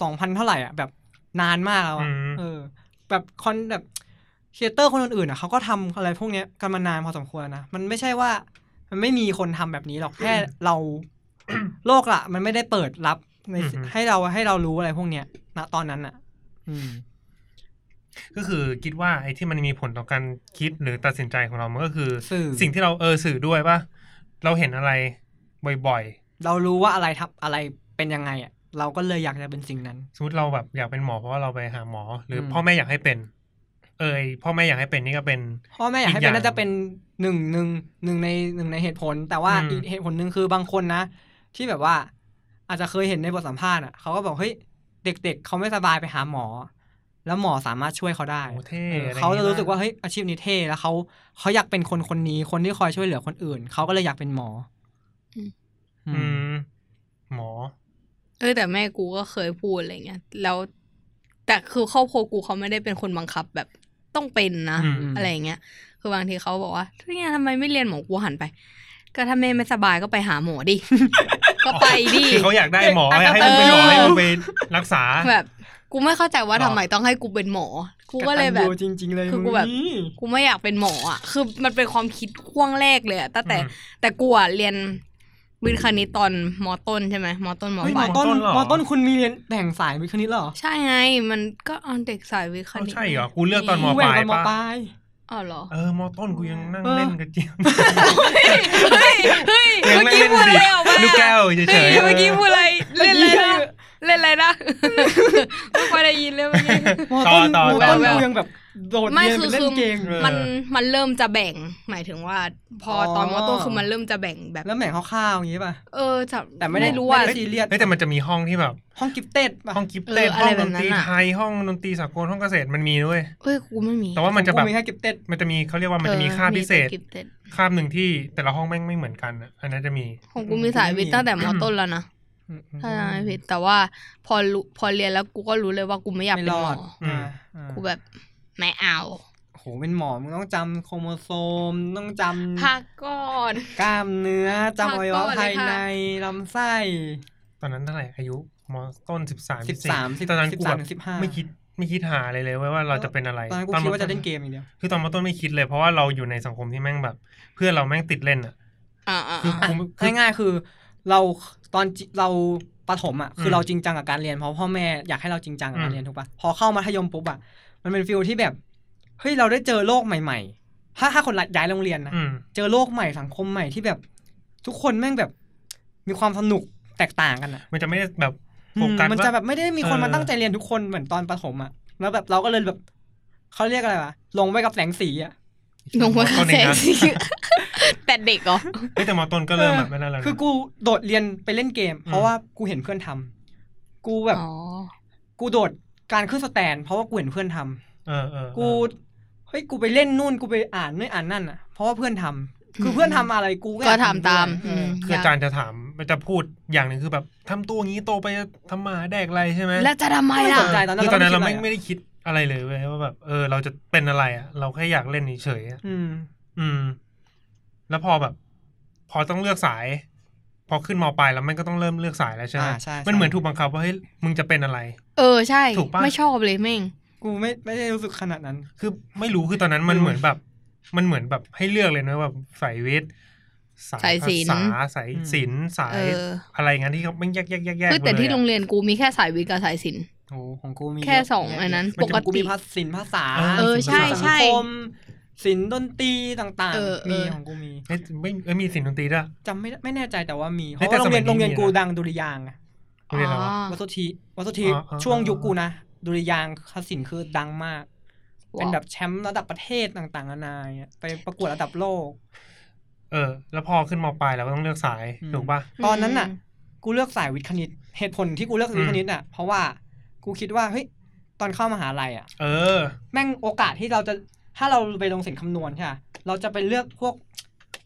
A: สองพันเท่าไหร่อ่ะแบบนานมากแล้ว
B: อื
A: อะ
B: ม
A: เออ แบบคอนแบบครีเอเตอร์คนอื่นๆอ่ะเขาก็ทำอะไรพวกเนี้ยกันมานานพอสมควรนะมันไม่ใช่ว่า มันไม่มีคนทำแบบนี้หรอกแค่เรา โลกละมันไม่ได้เปิดรับในให้เราให้เรารู้อะไรพวกเนี้ยณตอนนั้นอ่ะ อืม
B: ก็คือคิดว่าไอ้ที่มันมีผลต่อการคิดหรือตัดสินใจของเรามันก็คือ
A: สื่อ
B: สิ่งที่เราเออสื่อด้วยป่ะเราเห็นอะไรบ่อย
A: เรารู้ว่าอะไรทับอะไรเป็นยังไงอ่ะเราก็เลยอยากจะเป็นสิ่งนั้น
B: ๆสมมติเราแบบอยากเป็นหมอเพราะว่าเราไปหาหมอ หรืออ
A: ม
B: พ่อแม่อยากให้เป็น เออไอ้พ่อแม่อยากให้เป็นนี่ก็เป็น
A: พ่อแม่อยากให้
B: อีกอ
A: เป็
B: ย่าน ง
A: น่าจะเป็นหนึ่งหนึ่งหนึ่งในหนึ่งในเหตุผล แต่ว่า
B: อืม
A: อีกเหตุผลหนึ่งคือบางคนนะ ที่แบบว่า อาจจะเคยเห็นในบทสัมภาษณ์อ่ะเขาก็บอกเฮ้ยเด็ก ๆเขาไม่สบายไปหาหมอ แล้วหมอสามารถช่วยเขาได้
B: โอ้เท่
A: เออ
B: อไอย่งงี้ย
A: เขาจะรู้สึกว่าเฮ้ยอาชีพนี้เท่แล้วเขาเขาอยากเป็นคนคนนี้คนที่คอยช่วยเหลือคนอื่น เขาก็เลยอยากเป็นหมออ
C: ม
A: อื
B: อื
A: ม
B: ม หมอ
C: เออแต่แม่กูก็เคยพูดอะไรเงี้ยแล้ว แต่คือครอบครัวกูเขาไม่ได้เป็นคนบังคับแบบต้องเป็นนะ
B: อืม
C: อะไรเงี้ย คือบางทีเขาบอกว่าเนี่ยทำไมไม่เรียนหมอกูหันไป ก็ถ้าแม่ไม่สบายก็ไปหาหมอดิ ก็ไปดิ
B: คือเขาอยากได้หมอ
A: เด็ก
B: อยากให้
A: เอ
B: มึ
A: อ
B: งเป็นหมอให้มึงไปรักษา
C: แบบกูไม่เข้าใจว่า
B: หรอ
C: ทำไมต้องให้กูเป็นหมอ กูก็เลยแบบ
A: ตันยูจริง ๆ เลย
C: คือกูแบบ
A: มึงนี่
C: กูไม่อยากเป็นหมออ่ะ คือมันเป็นความคิดข่วงแรกเลยอะตั้งแต่ แต่กูอะเรียนวิทย์คณิตตอนมอต้นใช่ไหมมอต้นมอ
B: เฮ้ย
A: มอ
C: ปลาย
B: ห
A: ต้น
B: มอต้นเหรอ
A: มอต้นคุณมีเรียนแบ่งสายวิทย์คณิตเหรอ
C: ใช่ไง มันก็เอาเด็กสายวิทย์คณิต
B: เอาใช่เหรอกูเลือกตอนม
A: กูแบ่งตอนม
B: ป
A: อ
B: ลายปะ
A: ปลาย
C: อ๋อเหรอ
B: เออมอต้นกูยังนั่ง
A: เออ
B: เล่นกระเจี๊ยบ
C: เฮ้ยเฮ้ย
B: เสียง
C: เมื่อกี้
B: แม่ง
C: พูด
B: เล่นดิ
C: อะไรออกมา
B: ลูกแก้วเฉยๆเอ
C: เฮ้
B: อ
C: เมื่อกี้พูดอะไร เล่นอะไรนะเล่นอะไรนะ ไม่ค่อยได้ยินเลยเมื่อกี้
A: มอต้น
B: ต่อ
A: มอ
B: ต่อ
A: ต้น
B: ต่อ
A: กูยังแบบโดด
C: ไม่
A: เรียนไป
C: คือ
A: เล่
C: คื
A: น
C: อ
A: เกม
B: เออ
C: มันมันเริ่มจะแบ่งหมายถึงว่า พอตอนมอต้นคือมันเริ่มจะแบ่งแบบ
A: แล้วแบ่งคร่าวๆอย่างงี้ป่ะ
C: เออจะ
A: แต่ไม่ได้
C: ไม่รู้ว่า
A: ไม่ได้ ซีเรียส
B: ฮ้ยแต่มันจะมีห้องที่แบบ
A: ห้องกิฟเต็ดป่ะ
B: ห้องกิฟเต้น
C: เอออะ
B: ห้
C: ไร
B: อง
C: แบ
B: ด
C: บ
B: นต
C: นั้น
B: รี
C: อะ
B: ไทยห้องดนตรีสากลห้องเกษตรมันมีด้วย
C: เฮ้ยกูไม่มี
B: แต่ว่ามันจะ
A: กู
B: แบบ
A: มีแค่กิฟเต็ด
B: มันจะมีเขาเรียกว่ามันจะมี
C: เออ
B: ค่าพิเศษ
C: มีแต่กิฟต็ด
B: ค่าหนึ่งที่แต่ละห้องแม่งไม่เหมือนกันอะอันนั้นจะมี
C: ของกูมีสายวิทย์ตั้งแต่มอต้นแล้วนะถ้าจำไม่ผิดแต่ว่าพอรู้พอเรียนแล้วกูก็รู้เลยว่ากูไม่อยาก
A: ไม่
C: เป็
A: ร
C: นห
A: อด
C: มอ
B: อืม
A: อ่า
C: กูแบบไม่เอา
A: โหเป็นหมอมึงต้องจำโครโมโซมต้องจำ
C: พักก่อน
A: กล้ามเนื้อจำอ
C: พัก
A: วัยวะ
C: ก่อนเลย
A: ภาย
C: ค่ะ
A: ในลำไส้
B: ตอนนั้นเท่าไหร่อายุมอต้นสิบสาม
A: 13
B: ตอนนั้นกูแบบ
A: ถึง15
B: ไม่คิดไม่คิดหาอะไรเลยเว้ยว่าเราจะเป็นอะไร
A: ตอนนั้นกู
B: ตอน
A: คิดว่า
B: ต้
A: จะเล่นเกมอย่างเดียว
B: คือตอนมต้นไม่คิดเลยเพราะว่าเราอยู่ในสังคมที่แม่งแบบ เพื่อนเราแม่งติดเล่นอ่ะ
C: อ่า
B: คือกูคือ
A: ง่ายๆคือเราตอนจิเราประถมอ่ะ คืออ
B: ม
A: เราจริงจังกับการเรียนเพราะพ่อแม่อยากให้เราจริงจังกับการ
B: อืม
A: เรียนถูกปะพอเข้ามัธยมปุ๊บอ่ะมันเป็นฟิลที่แบบเฮ้ยเราได้เจอโลกใหม่ ๆ ถ้าถ้าคนย้ายโรงเรียนนะ
B: อืม
A: เจอโลกใหม่สังคมใหม่ที่แบบ ทุกคนแม่งแบบ มีความสนุกแตกต่างกันอ่ะ
B: มันจะไม่ได้แบบ
A: อื
B: โฟ
A: ม
B: กัส
A: มัน
B: ว่า
A: จะแบบไม่ได้มีคน
B: เออ
A: มาตั้งใจเรียนทุกคนเหมือนตอนประถมอะแล้วแบบเราก็เลยแบบเขาเรียกอะไรวะลงไปกับแสงสีอะ
C: ลงมา
B: ต้นเอ
C: แส
B: ง
C: ง
B: นะ
C: สี แต่เด็กเหรอ
B: เฮ้ยแต่มต้นก็เริ่มแบบไม่นั่นแล้วนะ
A: คือกูโดดเรียนไปเล่นเกม เพราะ
B: อืม
A: ว่ากูเห็นเพื่อนทำกูแบบ
C: อ๋อ
A: กูโดดการขึ้นสแตน เพราะว่ากูเห็นเพื่อนทำ
B: เออเออเออ
A: กูเฮ้ยกูไปเล่นนู่นกูไปอ่านนี่อ่านนั่นอะเพราะว่าเพื่อนทำคือเพื่อนทำอะไรกู
C: ก็
A: อย
C: ทำตาม
A: ด้วยเอออ
C: ม
B: คืออาจารย์จะถามมันจะพูดอย่างหนึ่งคือแบบทำตัวงี้โตไปจะทำมาหาแดกอะไรใช่ไหม
C: แล้วจะทำไม
A: ไม่
C: ล่ะ
A: สนใจตอนนั้น
B: คือตอนนั้นเรา
A: เรา
B: ไม่
A: ไม่คิดอะไรอะ
B: ไม่ได้คิดอะไรเลยเว้ยว่าแบบเออ เราจะเป็นอะไรอ่ะ เราแค่อยากเล่นเฉยๆอะ
A: อืม
B: อืม แล้วพอแบบ พอต้องเลือกสาย พอขึ้นมปลายแล้วมันก็ต้องเริ่มเลือกสายแล้วใช่ไหม
A: อ่าใช่ใช่
B: มันเหมือนถูกบังคับว่าเฮ้ยมึงจะเป็นอะไร
C: เออใช่
B: ถูกปะ
C: ไม่ชอบเลยแม่ง
A: กูไม่ไม่ได้รู้สึกขนาดนั้น
B: คือไม่รู้คือตอนนั้นมัน
A: ไม่รู้
B: เหมือนแบบ มันเหมือนแบบให้เลือกเลยนะแบบสายวิทย์
C: สายศิลป์
B: ภาษาสายศิลป์สาย
C: เออ
B: อะไรงั้นที่เขาแม่งแยกแยกแยกแยก
C: เฮ้ยแต่ที่
B: หมดลยอะ
C: โรงเรียนกูมีแค่สายวิทย์กับสายศิลป์
A: โอ้ของกูมี
C: แค่สองอันนั้น
A: มัจะ
C: ปกติ
A: กูมีภาษาศิลป์ภาษา
B: เออ
A: ศิลป์
B: ใช่
A: สัง
C: ใช่
A: คมศิลป์ดนตรีต่าง
C: เออ
A: ๆ มี
C: เออ
A: ของกูมี
B: เอ้ยไม่เอ้ยมีศิลป์ดนตรีด้วย
A: จำไม่ได้ไม่แน่ใจแต่ว่ามีเพ
B: เฮ้ย
A: ราะว่าโรงเรียน
B: แต่สมัยนี้
A: โรงเรียนกู
B: มีนะ
A: ดังดุริยางค์อะ
B: โรงเรียนเราอะ
A: วัดสุทธิวัดสุทธิ
B: อ๋ออ๋อ
A: ช่วงยุคกูนะดุริยางคศิลป์คือดังมาก เป็นแบบแชมป์ระดับประเทศต่างๆนานาเงี้ยไปประกวดระดับโลก
B: เออ แล้วพอขึ้นมปลายเราก็ต้องเลือกสาย
A: อืม
B: ถูกปะ
A: ตอนนั้นน่ะ กูเลือกสายวิทย์คณิต เหตุผลที่กูเลือกวิทย์คณิตน่ะ เพราะว่ากูคิดว่าเฮ้ยตอนเข้ามหาลัยอ่ะ
B: เออ
A: แม่งโอกาสที่เราจะถ้าเราไปลงสินคำนวณใช่ปะเราจะไปเลือกพวก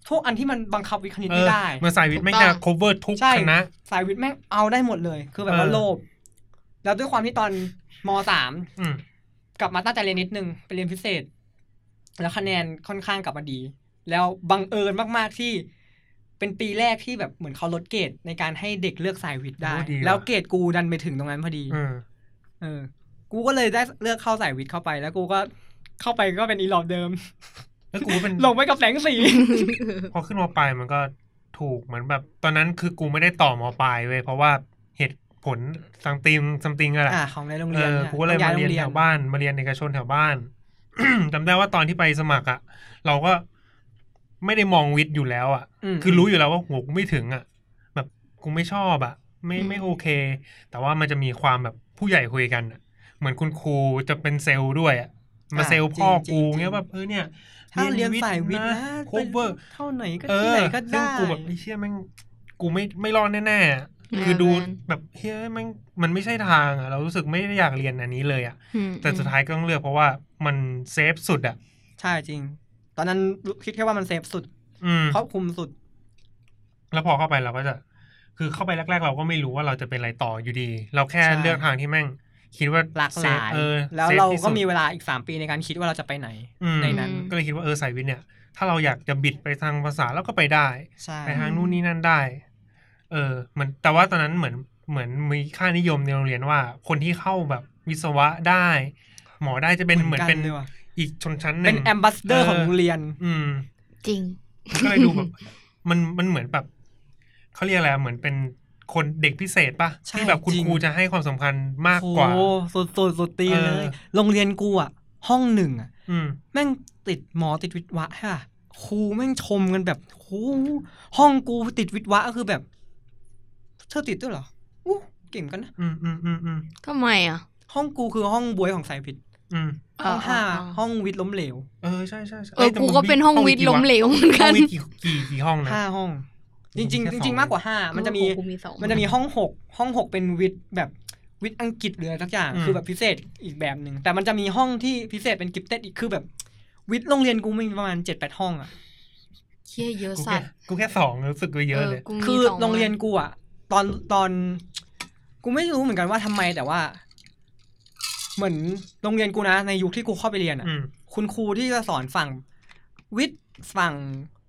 A: พวกอันที่มันบังคับวิทย์คณิต
B: เอ
A: ไม่
B: อ
A: ได้
B: เมื่อสายวิทย์ไม่งจะ
C: ถูกต้อง
B: cover ทุก
A: ใช่
B: คณะ
A: สายวิทย์แม่งเอาได้หมดเลย คือแบบว่า
B: เออ
A: โลภแล้วด้วยความที่ตอนมสาม
B: อืม
A: กลับมาตั้งใจเรียนนิดนึงไปเรียนพิเศษ แล้วคะแนนค่อนข้างกลับมาดี แล้วบังเอิญมากๆที่ เป็นปีแรกที่แบบเหมือนเขาลดเกรดในการให้เด็กเลือกสายวิทย์ได้
B: โอ้ดีว่ะ
A: แล้วเกรดกูดันไปถึงตรงนั้นพอดี
B: เออ
A: เออ กูก็เลยได้เลือกเข้าสายวิทย์เข้าไป แล้วกูก็เข้าไปก็เป็นอีหลอบเดิม
B: แล้วกูเป็น
A: ลงไปกับแสงสี
B: พอขึ้นมปลายมันก็ถูกเหมือนแบบ ตอนนั้นคือกูไม่ได้ต่อมปลายเว้ยเพราะว่าเหตุผลสังติมสัมติงอะไร
A: อ่าของในโรง
B: เอ
A: เรียน
B: อ
A: นี่
B: กูก็เลย
A: ต้
B: มา
A: อง
B: เรียนแถวบ้านมาเรียนเอกชนแถวบ้าน จำได้ว่าตอนที่ไปสมัครอ่ะ เราก็ไม่ได้มองวิทย์อยู่แล้วอ่ะ
A: ม
B: คือรู้อยู่แล้วว่าโหกูไม่ถึงอ่ะ แบบกูไม่ชอบอ่ะ ไม่
C: อืม
B: ไม่โอเค แต่ว่ามันจะมีความแบบผู้ใหญ่คุยกันอะเหมือนคุณครูจะเป็นเซลล์ด้วยอ่ะมา
A: อ่า
B: เซลล์พ่อ
A: จริ
B: กู
A: งๆ
B: เงี้ยแบบเออเนี่ย
A: ถ้าเรียนสายวิทย์นะ
B: โค
A: ไป
B: เวอร์
A: เท่าไหนก็
B: เอ
A: ที่
B: อ
A: ไหนก็
B: ซึ่ง
A: ได้
B: กูแบบไอ้เชี่ยแม่งกูไม่ไม่รอดแน่ๆอะ
C: อืม
B: คือดูแบบเฮ้ยแม่งมันไม่ใช่ทางอ่ะ เรารู้สึกไม่ได้อยากเรียนอันนี้เลยอ่ะ
C: อืม
B: แต่สุดท้ายก็ต้องเลือกเพราะว่ามันเซฟสุดอ่ะ
A: ใช่จริง ตอนนั้นคิดแค่ว่ามันเซฟสุด
B: อืม
A: ครอบคลุมสุด
B: แล้วพอเข้าไปเราก็จะ คือเข้าไปแรก ๆ เราก็ไม่รู้ว่าเราจะเป็นอะไรต่ออยู่ดี เราแค่
A: ใช่
B: เลือกทางที่แม่ง คิดว่า
A: หลากหลาย
B: เซฟเออ
A: แล้ว
B: ซฟ
A: เรา
B: ที่สุ
A: ก็
B: ด
A: มีเวลาอีกสามปีในการคิดว่าเราจะไปไหน
B: อืม
A: ในนั้น
B: ก็เลยคิดว่าเออสายวิทย์เนี่ย ถ้าเราอยากจะบิดไปทางภาษาเราก็ไปได้
A: ใช่
B: ไปทางนู่นนี่นั่นได้ เออ เหมือนแต่ว่าตอนนั้นเหมือนเหมือนมีค่านิยมในโรงเรียนว่า คนที่เข้าแบบวิศวะได้ หมอได้จะเป็นเหมือนเป็น
A: เหมือนกันเลยว่ะ
B: อีกชนชั้นหนึ่ง
A: เป็นแอมบ s สเดอร์
B: เออ
A: ของโรงเรียน
B: อืม
C: จริง
B: ก็เลยดูแบบ มันมันเหมือนแบบเขาเรียกอะไรอะเหมือนเป็นคนเด็กพิเศษปะ
A: ใช่
B: ที่แบบคุณ
A: จริง
B: ครูจะให้ความสำคัญมากกว่า
A: โอ้สุดสุดสุดตีนเลย
B: เออ
A: โรงเรียนกูอ่ะ ห้องหนึ่งอ่ะ
B: อืม
A: แม่งติดหมอติดวิทย์วะค่ะครูแม่งชมกันแบบโหห้องกูติดวิทย์วะก็คือแบบ เธอติดด้วยเหรออู้เก่งกันนะ
B: อืมอืมอืมอืม
C: ทำไมอ่ะ
A: ห้องกูคือห้องบวยของสายผิด
B: อืม
A: ห้องห้า
C: เออ
A: ห้องวิทย์ล้มเหลว
B: เออใช่ใช่ใช่
C: เออ
B: แต่
C: กู
B: มึ
C: ก็เป็นห้องวิทย์ล้มเหลวเหมือน
B: ห้
C: กั
B: อน งวิทย์กี่กี่กี่ห้องนะ
A: ห้าห้อง จริง
B: มีแค่สอง
A: ๆ จริง ๆ มากกว่าห้ามันจะมี
C: กูมีสอง
A: มันจะมีห้องหกห้องหกเป็นวิทย์แบบวิทย์อังกฤษหรืออะไรสักอย่าง
B: อืม
A: คือแบบพิเศษอีกแบบหนึ่งแต่มันจะมีห้องที่พิเศษเป็นกิฟเต็ดอีกคือแบบ วิทย์โรงเรียนกูมีประมาณเจ็ดแปดห้องอ่ะ
C: เชี่ยเยอะ
B: กู
C: สั
B: แค่
C: ตว์
B: กูแค่สองรู้สึกว่าเยอะเลย
C: กูมี
A: คือ
C: ส
A: โรงเรียนกูอ่ะตอนตอน กูไม่รู้เหมือนกันว่าทำไมแต่ว่า เหมือนโรงเรียนกูนะ ในยุคที่กูเข้าไปเรียนอ่ะ
B: อืม
A: คุณครูที่จะสอนฝั่งวิทย์ฝั่ง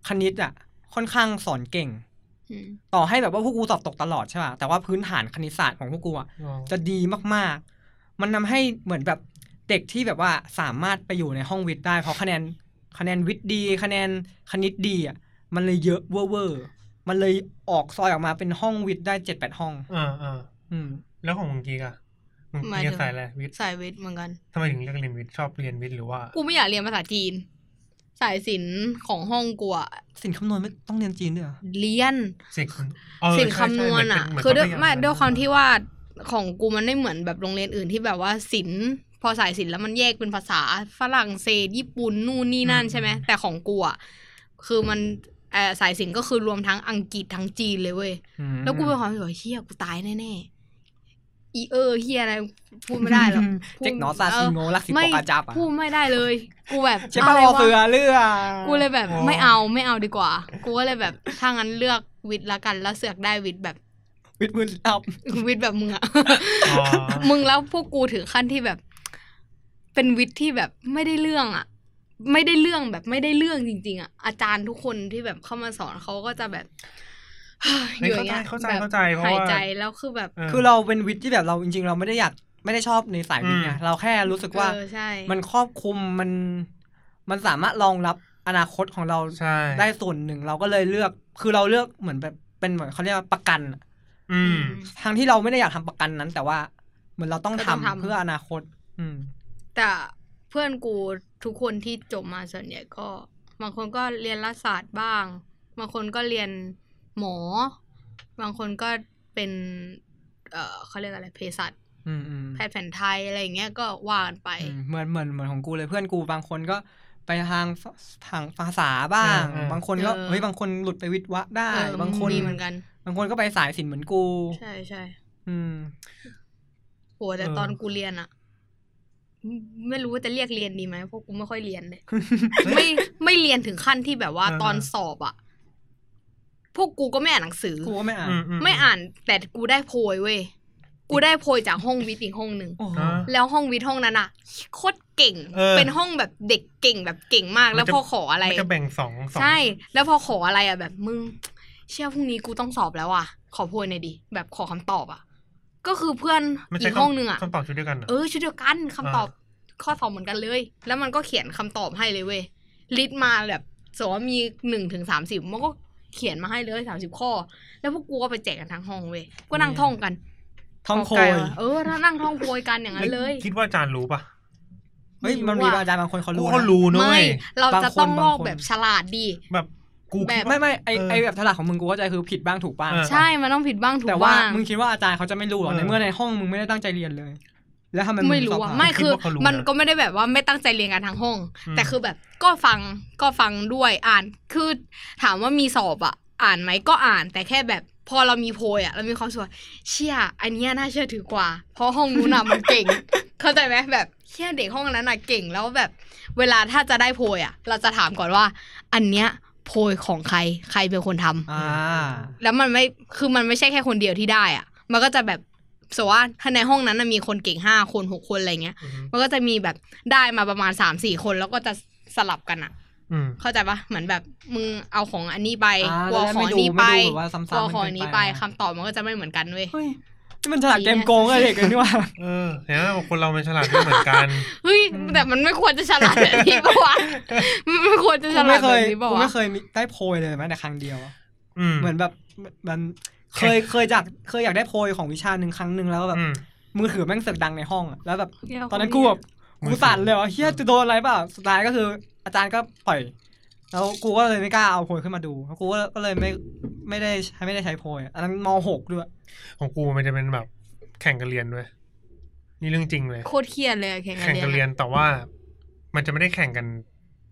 A: คณิตอ่ะ ค่อนข้างสอนเก่ง
C: อืม
A: ต่อให้แบบว่าพวกกูสอบตกตลอดใช่ป่ะแต่ว่าพื้นฐานคณิตศาสตร์ของพวกกูอะจะดีมากๆ มันทำให้เหมือนแบบเด็กที่แบบว่าสามารถไปอยู่ในห้องวิทย์ได้เพราะคะแนนคะแนนวิทย์ดี คะแนนคณิตดีอ่ะมันเลยเยอะเวอร์เวอร์มันเลยออกซอยออกมาเป็นห้องวิทย์ได้เจ็ดแปดห้อง
B: อ่าอ่า
A: อืม
B: แล้วของมึงกีกอะมึง
C: หมายถึ
B: เรียน
C: ง
B: สายอะไรวิทย์
C: สายวิทย์เหมือนกัน
B: ทำไมถึงเลือกเรียนวิทย์ชอบเรียนวิทย์หรือว่า
C: กูไม่อยากเรียนภาษาจีน สายศิลป์ของห้องกูอะ
A: สินคำนวณไม่ต้องเรียนจีนด้วยเหรอ
C: เรียน
B: สิ่งเออ
C: สิ่ง
B: ใช่ใช่
C: คำนวณอ่ะ
B: เหมืนเป็นเหมืน
C: คือด้วย
B: เขาพาาม
C: ไม่ด้วยความที่ว่าของกูมันไม่เหมือนแบบโรงเรียนอื่นที่แบบว่าศิลป์พอสายศิลป์แล้วมันแยกเป็นภาษาฝรั่งเศส ญี่ปุ่นนู่นนี่นั่น
B: อืม
C: ใช่ไหมแต่ของกูอ่ะคือมันเอ่อสายศิลป์ก็คือรวมทั้งอังกฤษทั้งจีนเลยเว้ย
A: อืม
C: แล้วกูเป็นความรู้สึกว่าเฮียกูตายแน่ๆอีเออเฮียอะไรพูดไม่ได้หรอก
A: เจ๊กหนอซาซิโงรักสิบ
C: ไม่
A: ปอกาจับอะ
C: พูดไม่ได้เลย กูแบบ
A: ใช่ป่ะ
C: ไร
A: วอ
C: วะ
A: เสือเลือด
C: กูเลยแบบ
B: อ๋อ
C: ไม่เอาไม่เอาดีกว่า กูก็เลยแบบถ้างั้นเลือกวิทย์ละกันแล้วเสือกได้วิทย์แบบ
A: วิทย์มืออับ
C: วิทย์แบบมึงอะ
B: อ๋อ
C: มึงแล้วพวกกูถึงขั้นที่แบบ เป็นวิทย์ที่แบบไม่ได้เรื่องอะไม่ได้เรื่องแบบไม่ได้เรื่องจริง ๆอะอาจารย์ทุกคนที่แบบเข้ามาสอนเขาก็จะแบบ
B: เฮ้ย
C: องงี้
B: เข้าใจ
C: แบบ
B: เข้าใจเข้าใจเพราะว่า
C: หายใจแล้วคือแบบ
B: เออ
A: คือเราเป็นวิทย์ที่แบบเราจริง ๆ เราไม่ได้อยากไม่ได้ชอบในสายวิทย์ไง
B: อืม
A: เราแค่รู้สึกว่า
C: เออใช่
A: มันครอบคลุมมัน มันสามารถรองรับอนาคตของเรา
B: ใช่
A: ได้ส่วนหนึ่ง เราก็เลยเลือก คือเราเลือกเหมือนแบบเป็นเหมือนเขาเรียกว่าประกันอะ
B: อืม
A: ทางที่เราไม่ได้อยากทำประกันนั้น แต่ว่าเหมือนเราต้องทำเพื่ออนาคต อืม
C: แต่เพื่อนกูทุกคนที่จบมาส่วนใหญ่ก็บางคนก็เรียนรัฐศาสตร์บ้าง บางคนก็เรียนหมอ บางคนก็เป็น เออเขาเรียกอะไรเภสัช
A: อืมอืม
C: แพทย์แผนไทยอะไรอย่างเงี้ยก็ว่ากันไป
A: อืมเหมือนเหมือนเหมือนของกูเลยเพื่อนกูบางคนก็ไปทางฝทางภาษาบ้าง
B: เออเออ
A: บางคนก็
C: เออ
A: เฮ้ยบางคนหลุดไปวิทย์วะได้
C: เออบ
A: างคน
C: มีเหมือนกัน
A: บางคนก็ไปสายศิลป์เหมือนกู
C: ใช่ใช่
A: อืม
C: โหแต่
B: เออ
C: ตอนกูเรียนอะไม่ไม่รู้ว่าจะเรียกเรียนดีไหมเพราะกูไม่ค่อยเรียนเลย ไม่ไม่เรียนถึงขั้นที่แบบว่า
B: เออ
C: ตอนสอบอะพวกกูก็ไม่อ่านหนังสือ
A: กูก็ไม่อ่าน
B: อือื
C: ไม่อ่านแต่กูได้โพยเว้ย กูได้โพยจากห้องวิทย์อีกห้องหนึ่ง
A: โอ้โห
B: อ่า
C: แล้วห้องวิทย์ห้องนั้นอะโคตรเก่ง
B: เออ
C: เป็นห้องแบบเด็กเก่งแบบเก่งมาก
B: มันจะ
C: แล้วพอขออะไร
B: มันจะแบ่งสองสอง
C: ใช่ แล้วพอขออะไรอะแบบมึง เชื่อพรุ่งนี้กูต้องสอบแล้วอะขอโพยหน่อยดิ แบบขอคำตอบอะก็คือเพื่อน
B: มัน
C: อี
B: ใช้
C: ก
B: คำ
C: ห้องหนึ่งอะ
B: คำตอบชุดเดียวกันเหรอ
C: เออชุดเดียวกันคำตอบ
B: อ่
C: ข้อสอบเหมือนกันเลย แล้วมันก็เขียนคำตอบให้เลยเว้ยลิสต์มาแบบสมมติว่ามีหนึ่งถึงสามสิบมันก็เขียนมาให้เลยสามสิบข้อ แล้วพวกกูก็ไปแจกกันทั้งห้องเว้ยก็นั่ง
A: เนี่ย
C: ท่องกัน
A: ท่องโค
C: กไก่
A: ย
C: ว่ะเออถ้านั่งท่องโคยกันอย่างนั้นเลย
B: คิดว่าอาจารย์รู้ปะ
A: เฮ้ยมันมีอาจารย์บางคนเขา
B: กู
A: รู้
B: ก็
A: นะ
B: รู้นะ
C: ไม่
B: เว้ย
C: เราจะต้องล
A: บางคน
C: อ
A: บาง
C: ก
A: คน
C: แบบฉลาดดี
B: แบบกูคิดว่า
A: ไม่ไม่ไอ
B: เออ
A: ไอแบบถลักของมึงกูเข้าใจคือผิดบ้างถูกบ้าง
B: เออ
C: ใช่มันต้องผิดบ้างถู
A: แต่
C: ก
A: ว่า
C: บ้าง
A: มึงคิดว่าอาจารย์เขาจะไม่รู้หรอ
B: เออ
A: ในเมื่อในห้องมึงไม่ได้ตั้งใจเรียนเลย แล้วทำไมง
C: ไม่
A: สอ
C: รู้
A: บ
C: อะ
A: ผ่าน
C: ไม่
B: คิด
C: คือ
B: ว่าเขารู้
C: มัน
B: นะ
C: ก็ไม่ได้แบบว่าไม่ตั้งใจเรียนกันทั้งห้อง
B: อืม
C: แต่คือแบบก็ฟังก็ฟังด้วยอ่านคือถามว่ามีสอบอะอ่านไหมก็อ่าน แต่แค่แบบพอเรามีโพยอะเรามีความรู้สึกว่าเชี่ยอันเนี้ยน่าเชื่อถือกว่า เพราะห้องนู้นอะมันเก่ง เข้าใจไหมแบบเชี่ยเด็กห้องนั้นอะเก่งแล้วแบบ เวลาถ้าจะได้โพยอะเราจะถามก่อนว่า อันเนี้ยโพยของใครใครเป็นคนทำ
A: อ่า
C: แล้วมันไม่คือมันไม่ใช่แค่คนเดียวที่ได้อะมันก็จะแบบสมมติว่าถ้าในห้องนั้นน่ะมีคนเก่งห้าคนหกคนอะไรเงี้ย
B: อืม
C: มันก็จะมีแบบได้มาประมาณสามสี่คนแล้วก็จะสลับกันอะ
B: อืม
C: เข้าใจปะเหมือนแบบมึงเอาของอันนี้ไป
A: อ่า
C: กูเอาของอันนี้
A: แล้วไม่ดู
C: ไป
A: ไม่ดูแบบว่าซ้ำๆ
C: กูเอาของอันนี้ไป
A: มันเกินไป
C: คำตอบมันก็จะไม่เหมือนกันเว้ย
A: เฮ้ยนี่มันฉลาดเกมโกงเลยเด็กเลยนี่หว่า
B: เออเห็นไหมว่าคนเรามันฉลาดไม่เหมือนกัน
C: เฮ้ยแต่มันไม่ควรจะฉลาดแบบนี้ปะวะ มันไม่ควรจะฉ
A: กู
C: ลา
A: ไม่
C: ด
A: เค
C: แบ
A: ย
C: บนี้ปะ
A: กู
C: วะ
A: ไม่เคยมีได้โพยเลยแม้แต่ครั้งเดียวอะ
B: อืม
A: เหมือนแบบมันเคยเคยจากเคยอยากได้โพยของวิชาหนึ่งครั้งหนึ่งแล้วแบบ
B: อืม
A: มือถือแม่งเสือกดังในห้องอะแล้วแบบ
C: เดี๋ยว
A: ตอนนั้นกูแบบ
B: มือถือ
A: กูสั่นเลยว่าเฮียจะโดนอะไรเปล่าสุดท้ายก็คือ อาจารย์ก็ปล่อย แล้วกูก็เลยไม่กล้าเอาโพยขึ้นมาดูแล้วกูก็ก็เลยไม่ไม่ได้ใช้ไม่ได้ใช้โพยอันนั้นมหกด้วย
B: ของกูมันจะเป็นแบบแข่งกันเรียนด้วย นี่เรื่องจริงเลย
C: โคตรเครียดเลยอะแข่งกั
B: แข่
C: น
B: งกัน
C: เรี
B: เรี
C: ย
B: ย
C: น
B: นแต่ว่า มันจะไม่ได้แข่งกัน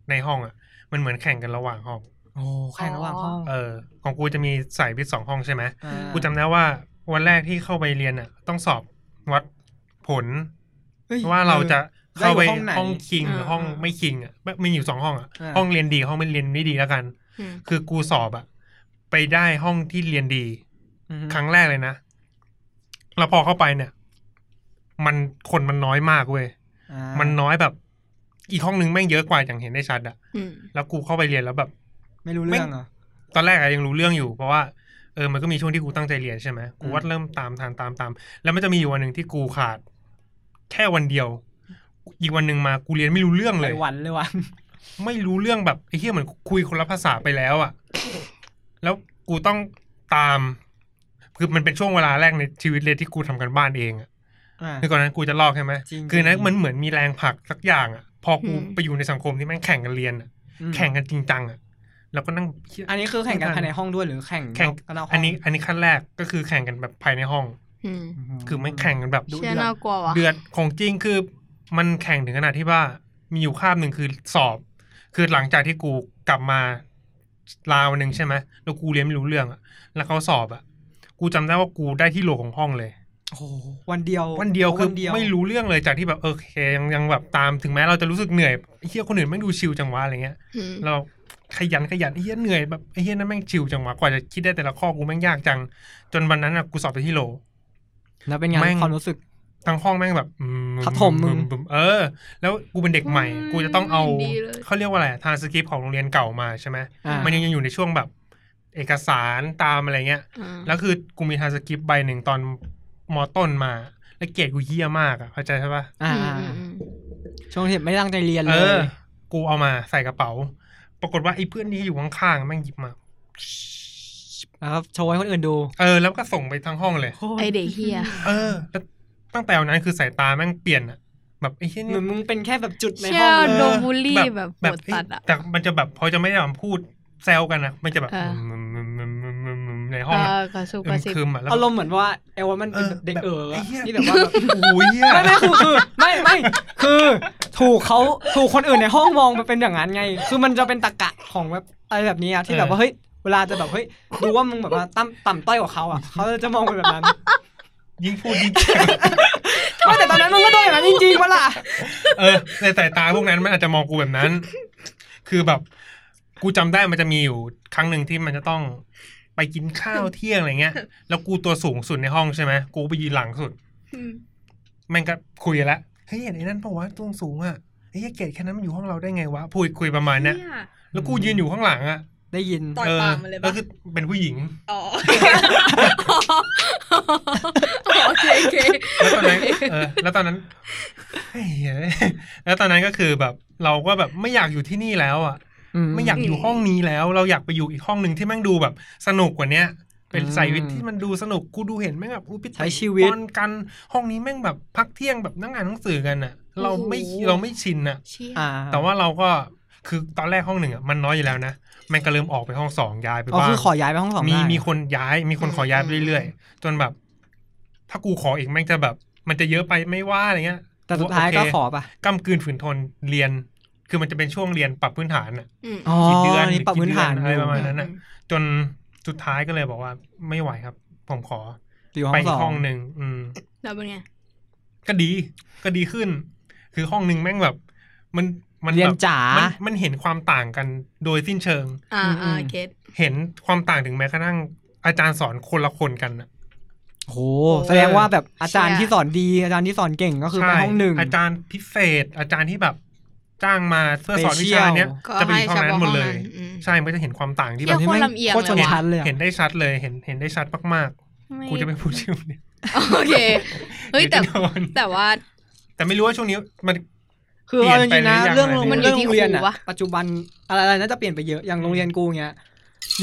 B: ในห้องอ่ะ มันเหมือนแข่งกันระหว่างห้อง
A: โอ้แข่งระหว่างห้อง
B: เออ ของกูจะมีสายวิทย์สองห้องใช่ไหม
A: อ่า
B: กูจำได้ว่าวันแรกที่เข้าไปเรียนอ่ะ ต้องสอบวัดผล
A: ฮ้ย
B: ว่าเราจะเข้าไป
A: ได้อยู่ห้องไหน
B: ห้องคิงหรือห้องไม่คิงอ่ะไม่มีอยู่สองห้องอ่ะ
A: อ่า
B: ห้องเรียนดีห้องไม่เรียนไม่ดีแล้วกัน
C: อืม
B: คือกูสอบอ่ะ ไปได้ห้องที่เรียนดี
A: อือฮึ
B: ครั้งแรกเลยนะ แล้วพอเข้าไปเนี่ย มันคนมันน้อยมากเว้ย
A: อ่า
B: มันน้อยแบบ อีกห้องนึงแม่งเยอะกว่าอย่างเห็นได้ชัดอะ
C: อืม
B: แล้วกูเข้าไปเรียนแล้วแบบ
A: ไม่รู้เรื่องเหรอ
B: ตอนแรกอะยังรู้เรื่องอยู่ เพราะว่าเออมันก็มีช่วงที่กูตั้งใจเรียนใช่ไหมกูก็
A: อืม
B: เริ่มตามทานตามตาม แล้วมันจะมีอยู่วันหนึ่งที่กูขาด แค่วันเดียว อีกวันหนึ่งมากูเรียนไม่รู้เรื่อง
A: ไป
B: เลย
A: หวันเลยวัน
B: ไม่รู้เรื่องแบบไอ้เหี้ยเหมือนคุยคนละภาษาไปแล้วอะแล้วกูต้องตาม คือมันเป็นช่วงเวลาแรกในชีวิตเลยที่กูทำกันบ้านเองอะ คือก่อนนั้นกูจะลอกใช่ไหม
A: จริง
B: คือนั้น
A: จริง
B: มันเหมือนมีแรงผลักสักอย่างอ่ะ พอกู
C: อืม
B: ไปอยู่ในสังคมที่แม่งแข่งกันเรียนอะ
A: ม
B: แข่งกันจริงจังอ่ะ แล้วก็นั่งเหี้ย
A: อันนี้คือแข่งกัน
B: ไม่ทั
A: ภา
B: น
A: ยในห้องด้วยหรือแข่ง
B: แข่ง
A: กันอกห้ง
B: อันนี้ อันนี้ขั้นแรกก็คือแข่งกันแบบภายในห้อง
C: อืม
B: คือแม่งแข่งกันแบบ
A: ดุ
C: เชี่ย
A: เดือ
C: น่า
A: ด
C: กลัววะ
B: เดือดของจริงคือ มันแข่งถึงขนาดที่ว่า มีอยู่คาบหนึ่งคือสอบ คือหลังจากที่กูกลับมาลาวันหนึ่งใช่ไหมแล้วกูเรียนไม่รู้เรื่องอ่ะ แล้วเขาสอบอ่ะ กูจำได้ว่ากูได้ที่โหลของห้องเลย
A: โอ้โหวันเดียว
B: วันเดียวคือ
A: วันเดียว
B: ไม่รู้เรื่องเลยจากที่แบบโอเคยังยังแบบตามถึงแม้เราจะรู้สึกเหนื่อยไอ้เฮียคนอื่นแม่งดูชิลจังวะอะไรเงี้ย
C: อืม
B: เราขยันขยันไอ้เฮียเหนื่อยแบบไอ้เฮียนั่นแม่งชิลจังวะกว่าจะคิดได้แต่ละข้อกูแม่งยากจัง จนวันนั้นอ่ะกูสอบไปที่โล
A: แล้วเป็นไงาน
B: แม่ง
A: ความรู้สึก
B: ทั้งห้องแม่งแบบอื
A: ทับถมมึง
B: บึเออ แล้วกูเป็นเด็กใหม่
C: อืม
B: กูจะต้องเอา
C: ดีเลย
B: เขาเรียกว่าอะไรทานสคริปต์ของโรงเรียนเก่ามาใช่ไหม
A: อ่า
B: มันยังยังอยู่ในช่วงแบบ เอกสารตามอะไรเงี้ย
C: อ่า
B: แล้วคือกูมีทรานสคริปต์ใบหนึ่งตอนมอต้นมา แล้วเกรดกูเฮี้ยมากอ่ะเข้าใจใช่ปะ
A: อ่า
C: อืมอืมอืม
A: ช่วงที่ไม่ตั้งใจเรียน
B: เอ
A: เลย
B: อ กูเอามาใส่กระเป๋า ปรากฏว่าไอ้เพื่อนที่อยู่ข้างๆแม่งหยิบมา
A: แล้วก็โชว์ให้คนอื่นดู
B: เออ แล้วก็ส่งไปทั้งห้องเลย
C: ไอเด็กเฮีย
B: เออ แล้วตั้งแต่วันนั้นคือสายตาแม่งเปลี่ยนอะแบบไอ้เหี้ย
A: เห
B: นี่
A: มือนมึงเป็นแค่แบบจุดใน
C: เชี่
A: ห้
C: ย
A: อง
B: เออ
A: เล
C: โด
A: ย
C: น บูลลี่แบบ
B: แบ
C: ปวดตัดอะ
B: แต่มันจะแบบพอจะไม่ได้แบบพูดแซวกันนะมันจะแบบ
C: เออ
B: มึมมึมมึมมึมมึม ในห้องอะ
C: กระซุบ
B: อึ
C: กระ
B: ม
C: ซิบ
B: ครึมอ่ะแล้ว
A: อารมณ์เหมือนว่าเอลวันมันเป็นเด็กเอ๋ออะที่แบบว่า แบบ
B: โอ้ยเหี้ย
A: ไม่ไม่คือคือไม่ไม่คือถูกเขาถูกคนอื่นในห้องมองมันเป็นอย่างนั้นไง คือมันจะเป็นตะกะของแบบอะไรแบบนี้อะที่แบบว่าเฮ้ยเวลาจะแบบเฮ้ยดูว่ามึงแบบว่าต่ำต่ำต้อยกว่าเขาอะเขาจะมองเป็น แบบนั้น
B: ยิ่งพูดยิ่งแข็ง
A: ไม่แต่ตอนนั้นมันก็ต้องอย่างนั้นจริงๆวะล่ะ
B: เออในสายตาพวกนั้นมันอาจจะมองกูแบบนั้น คือแบบ กูจำได้มันจะมีอยู่ครั้งหนึ่งที่มันจะต้องไปกินข้าวเที่ยงอะไรเงี้ย แล้วกูตัวสูงสุดในห้องใช่ไหมกูไปยืนหลังสุด
C: อืม
B: แม่งก็คุยกันละเฮ้ยไอ้นั่นปะวะตัวสูงอ่ะไอ้เหี้ยเกรดแค่นั้นมันอยู่ห้องเราได้ไงวะพูดคุยประมาณเนี้ย
C: เนี่ย
B: แล้วกูยืนอยู่ข้างหลังอ่ะ
A: ได้ยิน
C: ต่อย
B: เออ
C: ปากมันเลยปะ
B: แล้วคือเป็นผู้หญิง
C: อ๋อ โอเคโอเค
B: แล้วตอนนั้นเออแล้วตอนนั้นเฮ้ยแล้วตอนนั้นก็คือแบบ เราก็แบบไม่อยากอยู่ที่นี่แล้วอ่ะ ไม่อยากอยู่ห้องนี้แล้ว เราอยากไปอยู่อีกห้องหนึ่งที่แม่งดูแบบ สนุกกว่าเนี้ย เป็น
A: อืม
B: สายวิทย์ที่มันดูสนุกกูดูเห็นแม่งแบบอู้พิ
A: ใช้ชีวิต
B: อนกันห้องนี้แม่งแบบพักเที่ยงแบบนั่งอ่านหนังสือกันอ่ะ เราไม่
C: โอ้โห
B: เราไม่ชินอ่ะ
C: เชี่ย
A: อ่า
B: แต่ว่าเราก็คือตอนแรกห้องหนึ่งอ่ะมันน้อยอยู่แล้วนะแม่งก็เริ่มออกไปห้องสองย้ายไป
A: อ๋อ
B: บ้าง
A: คือขอย้ายไปห้องสอง
B: มี
A: ได้
B: มีคนย้ายมีคนขอย้ายไปเรื่อยๆ จนแบบ ถ้ากูขออีกแม่งจะแบบ มันจะเยอะไปไม่ว่าอะไรเงี้ย
A: แต่สุดท้ายก็
B: โเค
A: ขอป่ะ
B: กำกืนฝืนทนเรียน คือมันจะเป็นช่วงเรียนปรับพื้นฐานอ่ะ
C: อืม
A: อ๋อ
B: กี่เดือน
A: นี่ปรับพื้นฐาน
B: กี่เดือนอะไรประมาณ นั้นน่ะ
C: อื
B: จนสุดท้ายก็เลยบอกว่า ไม่ไหวครับ ผมขอ
A: อยู่ห้
B: ไป
A: องส
B: อี
A: อก
B: ห้อง
A: ง
B: หนึ่งอืม
C: แล้วเป็นไง
B: ก็ดีก็ดีขึ้น คือห้องหนึ่งแม่งแบบ มันมัน
A: เรีย
B: แบ
A: น
B: บ
A: จ๋า
B: มันมันเห็นความต่างกันโดยสิ้นเชิง
C: อ่า
A: อื
C: อ่าม เกต
B: เห็นความต่างถึงแม้กระทั่งอาจารย์สอนคนละคนกันน่ะ
A: โหแสดงว่าแบบอาจารย์ที่สอนดีอาจารย์ที่สอนเก่งก็คือไป
B: ใช่
A: ห้องหนึ่ง
B: อาจารย์พิเศษ อาจารย์ที่แบบจ้างมาเพื่อสอนวิชา
A: Special
B: เนี้ย
C: ก็
B: จะเป็นห้องนั้นหมดเลย
C: ให้เฉพาะห้องนั้นอืม
B: ใช่มันจะเห็นความต่างที่แบ
C: เหี้ย
B: บ
C: โคตรลำเอียง
A: โคตรชน
C: เลยว่ะ
A: ชั้นเลยอะ
B: เห็นได้ชัดเลยเห็นเห็นได้ชัดมาก
C: ไม่
B: ๆกูจะไม่พูดชื่อเนี่ย
C: โอเค เฮ้ยแต่
B: ดี๋วจะโดน
C: แต่ว่า
B: แต่ไม่รู้ว่าช่วงนี้มัน
A: คือเอาจริงๆนะ
B: เปลี่ยนไปหรือยัง
A: เรื่องโรง
B: มันอยู่
A: เรื่อง
C: ที่
A: โรงเรียน
C: ครู
A: อะ
C: วะ
A: ปัจจุบันอะไรๆน่าจะเปลี่ยนไปเยอะอย่างโรงเรียนกูเงี้ย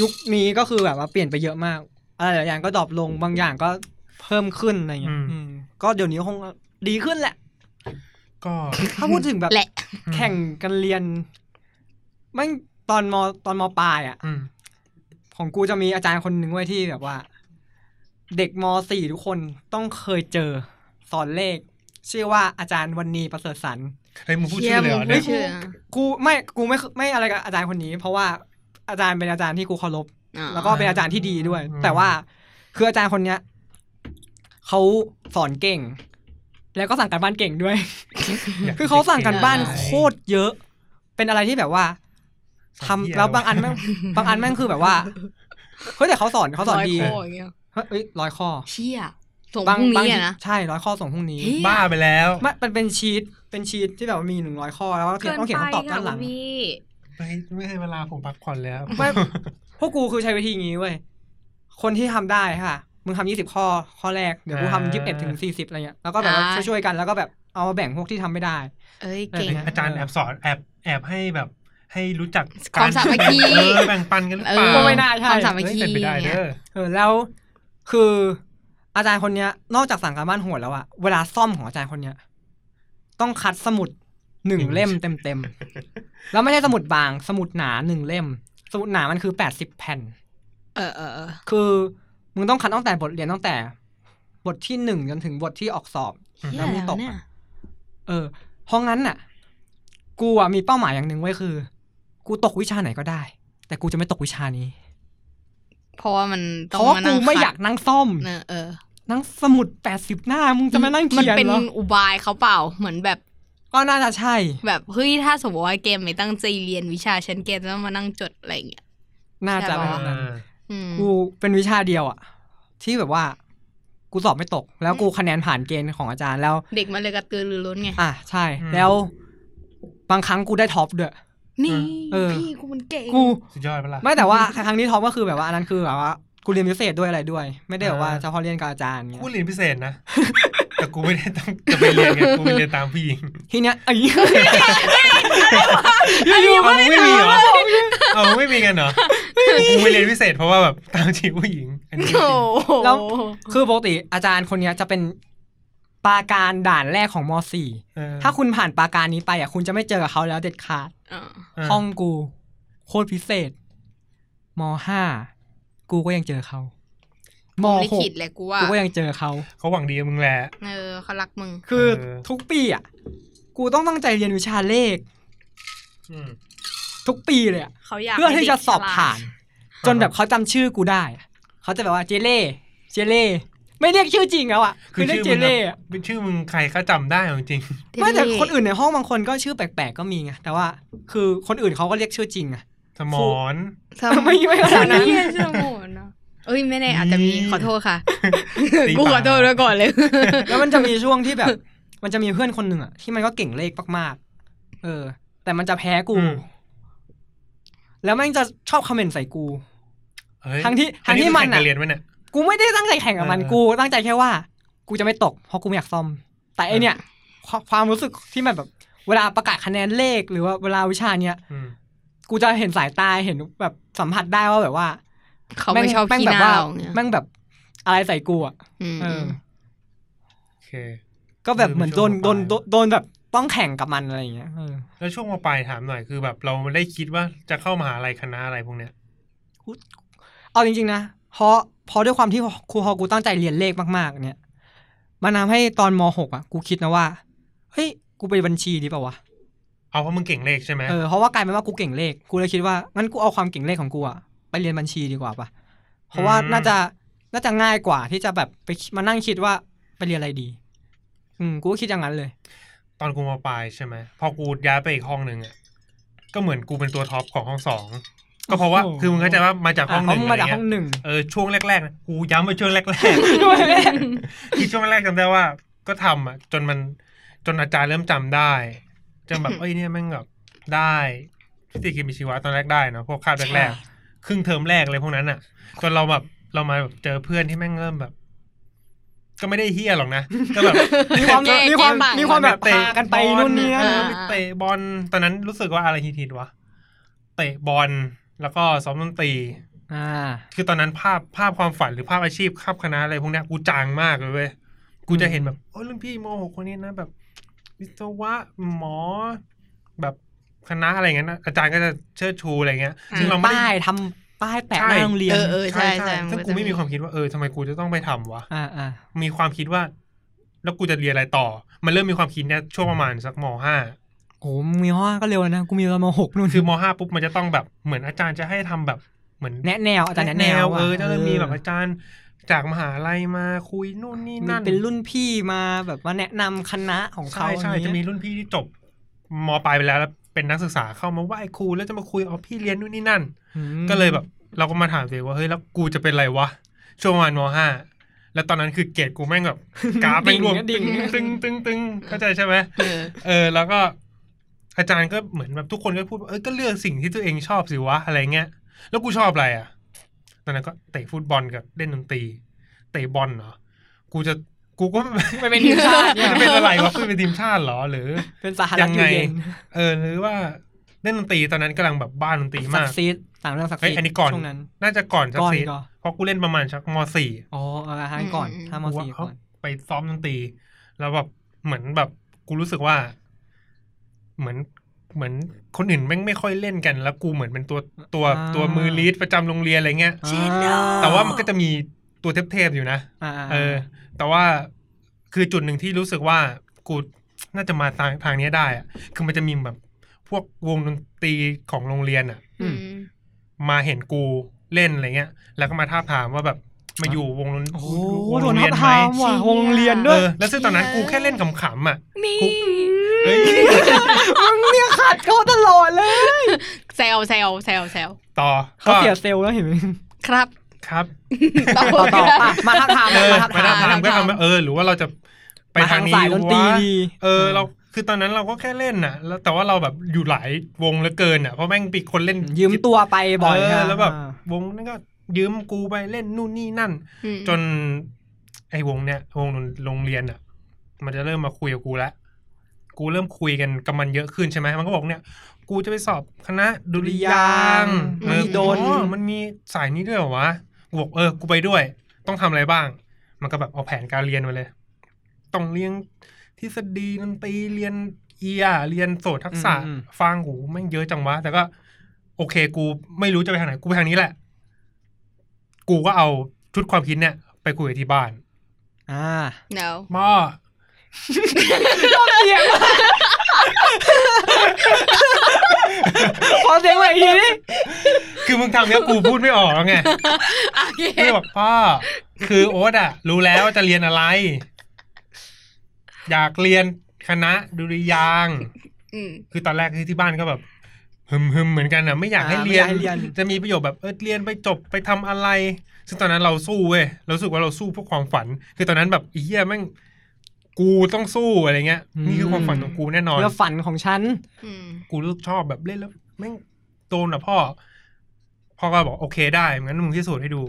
A: ยุคนี้ก็คือแบบว่าเปลี่ยนไปเยอะมากอะไรหลายอย่างก็ดรอปลงบางอย่างก็เพิ่มขึ้นอะไรเงี้ย
B: อืม
A: อืมก็เดี๋ยวนี้คงดีขึ้นแหละ
B: ก็
A: ถ้าพูดถึงแบบ
C: แหละ
A: แข่งกันเรียน ไม่งตอนมตอนมปลายอะ
B: อืม
A: ของกูจะมีอาจารย์คนหนึ่งไว้ยที่แบบว่า เด็กมสี่ทุกคนต้องเคยเจอสอนเลข ชื่อว่าอาจารย์วันนีประเสริฐสรร
B: เฮ้ยมึงพูดชื่อเลยเหรอ
C: ไม่
B: เนี่ย
C: เชื่อ
A: กูไม่กูไม่ไม่อะไรกับอาจารย์คนนี้ เพราะว่าอาจารย์เป็นอาจารย์ที่กูเคารพ
C: อ่า
A: แล้วก็เป็นอาจารย์ที่ดีด้วย
B: อืม
A: แต่ว่าคืออาจารย์คนเนี้ยเขาสอนเก่ง แล้วก็สั่งการบ้านเก่ง ด้วย
B: ยก
A: คือเขาสั่งการบ้านโคตรเยอะ เป็นอะไรที่แบบว่าทำแล้วบางอันแม่งบางอันแม่งคือแบบว่าเฮ้ยแต่เขาสอนเขาสอนดี
C: ร้ยข้อย่างเงี้ย
A: เฮ้ยเอ้ยร้อยข้อ
C: เชี่ยส่งพ
A: บาง
C: รุ่ง
A: บาง
C: นี้อะนะ
A: ใช่ร้อยข้อส่งพรุ่งนี้
C: เฮ้ย
B: บ้าไปแล้ว
A: ไม่มันเป็นชีตเป็นชีตที่แบบว่ามีหนึ่งร้อยข้อแล้วก็เขียนต้องเขียนคำตอบด้านหลัง
B: ไม่ไม่ใช่เวลาผมพักผ่อนแล้ว
A: ไม่ พวกกูคือใช้วิธีงี้เว้ย คนที่ทำได้ค่ะ มึงทำยี่สิบข้อ ข้อแรก เดี๋ยวกูทำยี่สิบเอ็ดถึงสี่สิบอะไรเงี้ย แล้วก็แบบว่า
C: อ่า
A: ช่วยๆกัน แล้วก็แบบเอามาแบ่งพวกที่ทำไม่ได้
C: เอ้ยเก่ง
A: เออ
B: อาจารย์แอบสอนแอบแอบให้แบบ ให้รู้จัก
C: ความสามัคคี
B: เออแบ่งปันกันหรือเปล่า
A: ก็ไม่น่าใช่
C: ความสามัค
B: เฮ้ย
C: คี
B: เป็นไปได้
C: เนี่
B: เด้
C: ย
B: อ
A: เออ แล้วคืออาจารย์คนเนี้ย นอกจากสั่งการบ้านโหดแล้วอะเวลาซ่อมของอาจารย์คนเนี้ย ต้องคัดสมุดหนึ่งเล่มเต็มเต็มๆแล้วไม่ใช่สมุดบาง สมุดหนาหนึ่งเล่ม สมุดหนามันคือแปดสิบแผ่น
C: เออเออเออ
A: คือมึงต้องคัดตั้งแต่บทเรียนตั้งแต่ บทที่หนึ่งจนถึงบทที่ออกสอบ
C: เชี่ย
A: แล้วมึง
C: แล้ว
A: ตก
C: เนี่ย
A: อะ เออเพราะงั้นน่ะ กูอ่ะมีเป้าหมายอย่างหนึ่งไว้คือ กูตกวิชาไหนก็ได้ แต่กูจะไม่ตกวิชานี้
C: เพราะว่ามันต้อ
A: เพ
C: ง
A: ราะว่า
C: มา
A: กู
C: นั่ง
A: ไม่อยากนั่งซ่อม
C: เออเออ
A: นั่งสมุดแปดสิบหน้า มึงจะมานั่ง
C: มัน
A: เขียน
C: เป็น
A: เหรอ
C: อุบายเขาเปล่าเหมือนแบบ
A: ก็น่าจะใช่
C: แบบเฮ้ยถ้าสมมติว่าเกมไม่ตั้งใจเรียนวิชาฉันเกมจะต้องมานั่งจดอะไรอย่างเงี้ย
A: น่าจะ
C: ใช่
A: แบ
C: ปะ
A: บนั้น
B: อ่า
C: อืม
A: กูเป็นวิชาเดียวอ่ะ ที่แบบว่า กูสอบไม่ตก แล้วกูคะแนนผ่านเกณฑ์ของอาจารย์แล้ว
C: เด็กมันเลยกระตือรือร้นไง
A: อ่ะใช่ แล้วบางครั้งกูได้ท็อปด้วย
C: นี่
A: เออ
C: พี่กูมันเก่ง
A: กู
B: สุดยอดเปะล่ะ
A: ไม่แต่ว่าครั้งนี้ท็อปก็คือแบบว่าอันนั้นคือแบบว่ากูเรียนพิเศษด้วยอะไรด้วย ไม่ได้แบบว่า
B: อ่า
A: เฉพาะเรียนกับอาจารย์เงี้ย
B: กูเรียนพิเศษนะ แต่กูไม่ได้ตั้งจะไปเรียนไงกูไปเรียนตามพี่หญิง
A: ที เนี้ยไอ้เหี้ยอยู่ๆ
B: เอา
A: มัน
B: มึงไม่มีเหรอเอามึงไม่มีกันเหรอกูไปเรียนพิเศษเพราะว่าแบบตามจีบผู้หญิงอันนี้จริง
C: โอ้โห
A: แล้วคือปกติอาจารย์คนเนี้ยจะเป็นปราการด่านแรกของม
B: เออ
A: .4 ถ้าคุณผ่านปราการนี้ไปอ่ะคุณจะไม่เจอกับเขาแล้วเด็ดขาด
C: เออ
B: เออ
A: ห้องกู โคตรพิเศษม .5 กูก็ยังเจอเขา ม
C: ผม
A: หก
C: ลิขิตแหละกูว่า
A: กูก็ยังเจอเขา
B: เขาหวังดีกับมึงแหละ
C: เออเขารักมึง
A: คือ
B: เออ
A: ทุกปีอ่ะ กูต้องตั้งใจเรียนวิชาเลข
B: อืม
A: ทุกปีเลยอ่ะ
C: เขาอยาก
A: เพื่อที่จะสอบผ่าน
B: ด
A: จนแบบเขาจำชื่อกูได้อะเขาจะแบบว่าเจเล่เจเล่ไม่เรียกชื่อจริงแล้วอ่ะ คือเรียกเจ
B: ชื่มึง
A: เล่อะ
B: อะเป็นชื่อมึงใครก็จำได้เอาจริง
A: ไม่แต่คนอื่นในห้องบางคนก็ชื่อแปลกๆก็มีไงแต่ว่าคือคนอื่นเขาก็เรียกชื่อจริงอ่ะ
B: สมอน
C: สอง
A: ไม่ไม่ขนาดนั้น
C: เหี้ยชื่อโหดเนอะเอ้ยไม่แน่อาจจะมีขอโทษค่ะ
B: ตี
C: กู
B: ปา
C: ขอโทษไว้ก่อนเลย
A: แล้วมันจะมีช่วงที่แบบ มันจะมีเพื่อนคนหนึ่งอ่ะที่มันก็เก่งเลขมากๆ เออ แต่มันจะแพ้กู
B: อืม
A: แล้วมันจะชอบคอมเมนต์ใส่กู
B: เฮ้ย
A: ทั้งที่ทั้งที่มัน
B: อั
A: อะ
B: คือแข่กัเรียนไว้เนี่ย
A: กูไม่ได้ตั้งใจแข่งกับมัน
B: เออ
A: กู ตั้งใจแค่ว่า กูจะไม่ตกเพราะกูไม่อยากซ่อม แต่ไอเนี่ยความความรู้สึกที่มันแบบ เวลาประกาศคะแนนเลขหรือว่าเวลาวิชาเนี้ย
B: อืม
A: กูจะเห็นสายตาเห็นแบบสัมผัสได้ว่าแบบว่า
C: เขาไม่ชอบ
A: แม่ง
C: ขี้
A: แบ
C: ห
A: บ
C: น้า
A: ว่า
C: เราอย่างเงี้ย
A: แม่งแบบอะไรใส่กูอ่ะ
C: อืม
A: เอออ
B: โอเค
A: ก็แบบ
B: เออ
A: เหมือนโดน
B: มันช่
A: โด
B: วง
A: นโดนโดน
B: ปลาย
A: แบบต้องแข่งกับมันอะไรอย่างเงี้ยเออ
B: แล้วช่วงมาปลายถามหน่อยคือแบบเราได้คิดว่าจะเข้ามหาลัยคณะอะไรพวกเนี้ย
A: เอาจริงๆนะเพราะเพราะด้วยความที่ครูฮอกูตั้งใจเรียนเลขมากๆ เนี่ยมันทำให้ตอนมหกอ่ะ กูคิดนะว่าเฮ้ยกูไปบัญชีดีเปล่าวะ
B: เอาเพราะมึงเก่งเลขใช่ไหม
A: เออเพราะว่ากลายเป็นว่ากูเก่งเลข กูเลยคิดว่างั้นกูเอาความเก่งเลขของกูอะไปเรียนบัญชีดีกว่าปะเพราะว่าน่าจะน่าจะง่ายกว่าที่จะแบบไปมานั่งคิดว่าไปเรียนอะไรดี อืมกูก็คิดอย่างนั้นเลย
B: ตอนกูมาปลายใช่ไหมพอกูย้ายไปอีกห้องหนึ่งอ่ะก็เหมือนกูเป็นตัวท็อปของห้องสองก็เพราะว่า
A: โอ้โห
B: คือมึงเข้าใจว่ามาจากห้องห
A: อ่ะ
B: นึ่ง
A: เพราะมึง
B: อะ
A: มา
B: ไร
A: จากห้
B: เงี้ย
A: องหนึ่ง
B: เออช่วงแรกๆนะกูย้ำไปช่วงแรกๆ คือช่วงแรกจำได้ว่า ก็ทำอ่ะ จนมันจนอาจารย์เริ่มจำได้จนแบบ เอ้ยเนี่ยแม่งแบบได้พิธีกิมชีวะตอนแรกได้เนาะพวกคาบแรกๆครึ่งเทอมแรกเลยพวกนั้นอ่ะจนเราแบบเรามาแบบเจอเพื่อนที่แม่งเริ่มแบบ ก็ไม่ได้เฮี้ยหรอกนะก็แบบ
A: มีความ
C: แก้
A: มีความ
C: แก้ต่ง
A: มีความแบบพากันไปนู่นนี่นั่น
C: อ่า
B: ไปเตะบอลตอนนั้นรู้สึกว่าอะไรฮิตๆวะเตะบอลแล้วก็ซ้อมดนตรี
A: อ่า
B: คือตอนนั้นภาพภาพความฝันหรือภาพอาชีพภาพคณะอะไรพวกเนี้ยกูจางมากเลยเว้ยกูจะเห็นแบบโอ้ยรุ่นพี่มหกคนนี้นะแบบวิศวะหมอ แบบคณะอะไรเงี้ยนะอาจารย์ก็จะเชิดชูอะไรเงี้ยซึ่งเราไม่
A: ป้า
B: ได้
A: ยทำป้ายแปะ
B: ใช่
A: หน้าโรงเรียน
C: เออเออใช่ใช่
B: ซึ่งกูไม่มีความคิดว่าเออทำไมกูจะต้องไปทำวะ
A: อ่าอ่า
B: มีความคิดว่า แล้วกูจะเรียนอะไรต่อ มันเริ่มมีความคิดเนี่ยช่วงประมาณสักมห้า
A: โอ้มึงมีห้อก็เร็วนะกูมีตอนมหกนู่น
B: คือมห้าปุ๊บมันจะต้องแบบเหมือนอาจารย์จะให้ทำแบบเหมือน
A: แนะแนวอาจารย์แนะแนว
B: เออจะเริ่มมีแบบอาจารย์จากมหาลัยมาคุยนู่นนี่
A: มี
B: นั่น
A: เป็นรุ่นพี่มาแบบว่าแนะนำคณะของเขา
B: ใช่ใช่
A: อย่างเงี้ย
B: จะมีรุ่นพี่ที่จบมปลายไปแล้วแล้วเป็นนักศึกษาเข้ามาไหว้ครูแล้วจะมาคุยเอาพี่เรียนนู่นนี่นั่น
A: อืม
B: ก็เลยแบบ เราก็มาถามตัวเองว่าเฮ้ยแล้วกูจะเป็นอะไรวะช่วงประมาณมห้าแล้วตอนนั้นคือเกรดกูแม่งแบบกราฟแม่งรวม
A: ดิ่งดิ่ง
B: ตึงตึงตึงเข้าใจใช่ไหม
C: เออ
B: เออแล้วก็อาจารย์ก็เหมือนแบบทุกคนก็พูดว่าเออก็เลือกสิ่งที่ตัวเองชอบสิวะอะไรเงี้ย แล้วกูชอบอะไรอ่ะ ตอนนั้นก็เตะฟุตบอลกับเล่นดนตรี เตะบอลเหรอ กูจะกูก็
A: ไปเป็นทีมชาติเนี่ย
B: จะเป็นอะไรวะกูจะเป็นทีมชาติเหรอหรือ
A: เป็นสหรัฐอยู่เย็น
B: เออ หรือว่าเล่นดนตรีตอนนั้นกำลังแบบบ้านดนตรี
A: สั
B: มาก ก
A: ซีดต่างเรื่องสัก
B: เฮ้
A: ซี
B: ย
A: ด
B: อันนี้ก่อน
A: ช่วงนั้น
B: น่าจะก่อนสัก
A: ก่อน
B: สี่
A: ก่อน
B: เพราะกูเล่นประมาณชักมสี่
A: อ๋อเอาละฮะก่อน
C: อืม
A: ทาม
B: กูว่า
A: สี่
B: เขา
A: ก่อน
B: ไปซ้อมดนตรี แล้วแบบเหมือนแบบกูรู้สึกว่า เหมือนเหมือนคนอื่นแม่งไม่ค่อยเล่นกัน แล้วกูเหมือนเป็นตัวตัวตัวมือลีดประจำโรงเรียนอะไรเงี้ย แต่ว่ามันก็จะมีตัวเทพๆอยู่นะ
A: อ่า
B: เออ แต่ว่าคือจุดหนึ่งที่รู้สึกว่ากูน่าจะมาทางทางเนี้ยได้อะคือมันจะมีแบบพวกวงดนตรีของโรงเรียนอะ
C: อืม
B: มาเห็นกูเล่นอะไรเงี้ย แล้วก็มาท้าบทามว่าแบบมาอยู่วงนั้น
A: โอ้โห
B: วง
A: โด
B: โร
A: นทั
B: งเรี
A: บ
B: ยนไหม
A: ทามว่ะ
C: เชี่ย
A: วงโรงเรียน
B: เอ
A: ด้วย
B: อ แล้วซึ่งตอนนั้นกูแค่เล่นขำๆอ่ะ
C: นี่
B: กู เฮ้ย
A: มึงเนี่ยขัดเขาตลอดเลย
C: แซลแซลแซลแซล
B: ต่อ
A: เขาเสีย
B: ก็
A: เซลล์แล้วเห็นไหม
C: ครับ
B: ครับ
C: ต่อ
A: ต่อต่อ
C: ครับ
A: อ่ะมาทับทาม
B: เออ
A: มาทับ
B: มา
A: ทา
B: ท้าม บทามก็
C: ทำ
B: ทำเออ หรือว่าเราจะไปทางนี้
A: สายดนตรี
B: วะ
A: ดี
B: เออ เราคือตอนนั้นเราก็แค่เล่นน่ะ แล้วแต่ว่าเราแบบอยู่หลายวงเหลือเกินอ่ะเพราะแม่งปีคนเล่น
A: ยืมตัวไปบ่อย
B: เออ
A: นะ
B: แล้วแบบ
A: อ่าว
B: งนั้นก็ยืมกูไปเล่นนู่นนี่นั่น
C: อืม
B: จน ไอ้วงเนี้ยวงโรงเรียนอ่ะ มันจะเริ่มมาคุยกับกูแล้วกูเริ่มคุยกันกับมันเยอะขึ้นใช่ไหมมันก็บอกเนี่ย กูจะไปสอบคณะดุริยางค์
A: มหิดล
B: เอออ๋อมันมีสายนี้ด้วยเหรอวะกูบอกเออ กูไปด้วย ต้องทำอะไรบ้าง มันก็แบบเอาแผนการเรียนมาเลย ต้องเรียนทฤษฎีดนตรีเรียนเอียเรียนโสตทักษะ
A: อืมอืม
B: ฟังหูแม่งเยอะจังวะแต่ก็ โอเค กูไม่รู้จะไปทางไหนกูไปทางนี้แหละ กูก็เอาชุดความคิดเนี่ย ไปคุยกับที่บ้าน
A: อ่า
C: no
B: พ่อ
A: เสียงขอเสียงใหม่อีกทีดิ
B: คือมึงทำเนี้ยกูพูดไม่ออก แล้วไง
C: โอเค
B: กูเลยบอกพ่อ คือโอ๊ตอะรู้แล้วว่าจะเรียนอะไร อยากเรียนคณะดุริยางค์
C: อืม
B: คือตอนแรกที่ที่บ้านก็แบบฮึมฮึมๆเหมือนกันอะไม่อยากให้เรียน
A: ไม่อากให้เรียน
B: จะมีประโยชน์แบบเออเรียนไปจบไปทำอะไร ซึ่งตอนนั้นเราสู้เว้ยเรารู้สึกว่าเราสู้เพื่อความฝัน คือตอนนั้นแบบไอ้เหี้ยแม่งกูต้องสู้อะไรเงี้ย นี่คือความฝันของกูแน่นอน
A: แล้วฝันของฉัน
C: อืม
B: กูรู้สึกชอบแบบเล่นแล้วแม่งโดนอ่ะพ่อ พ่อก็บอกโอเคได้งั้นมึงพิสูจน์ให้ดู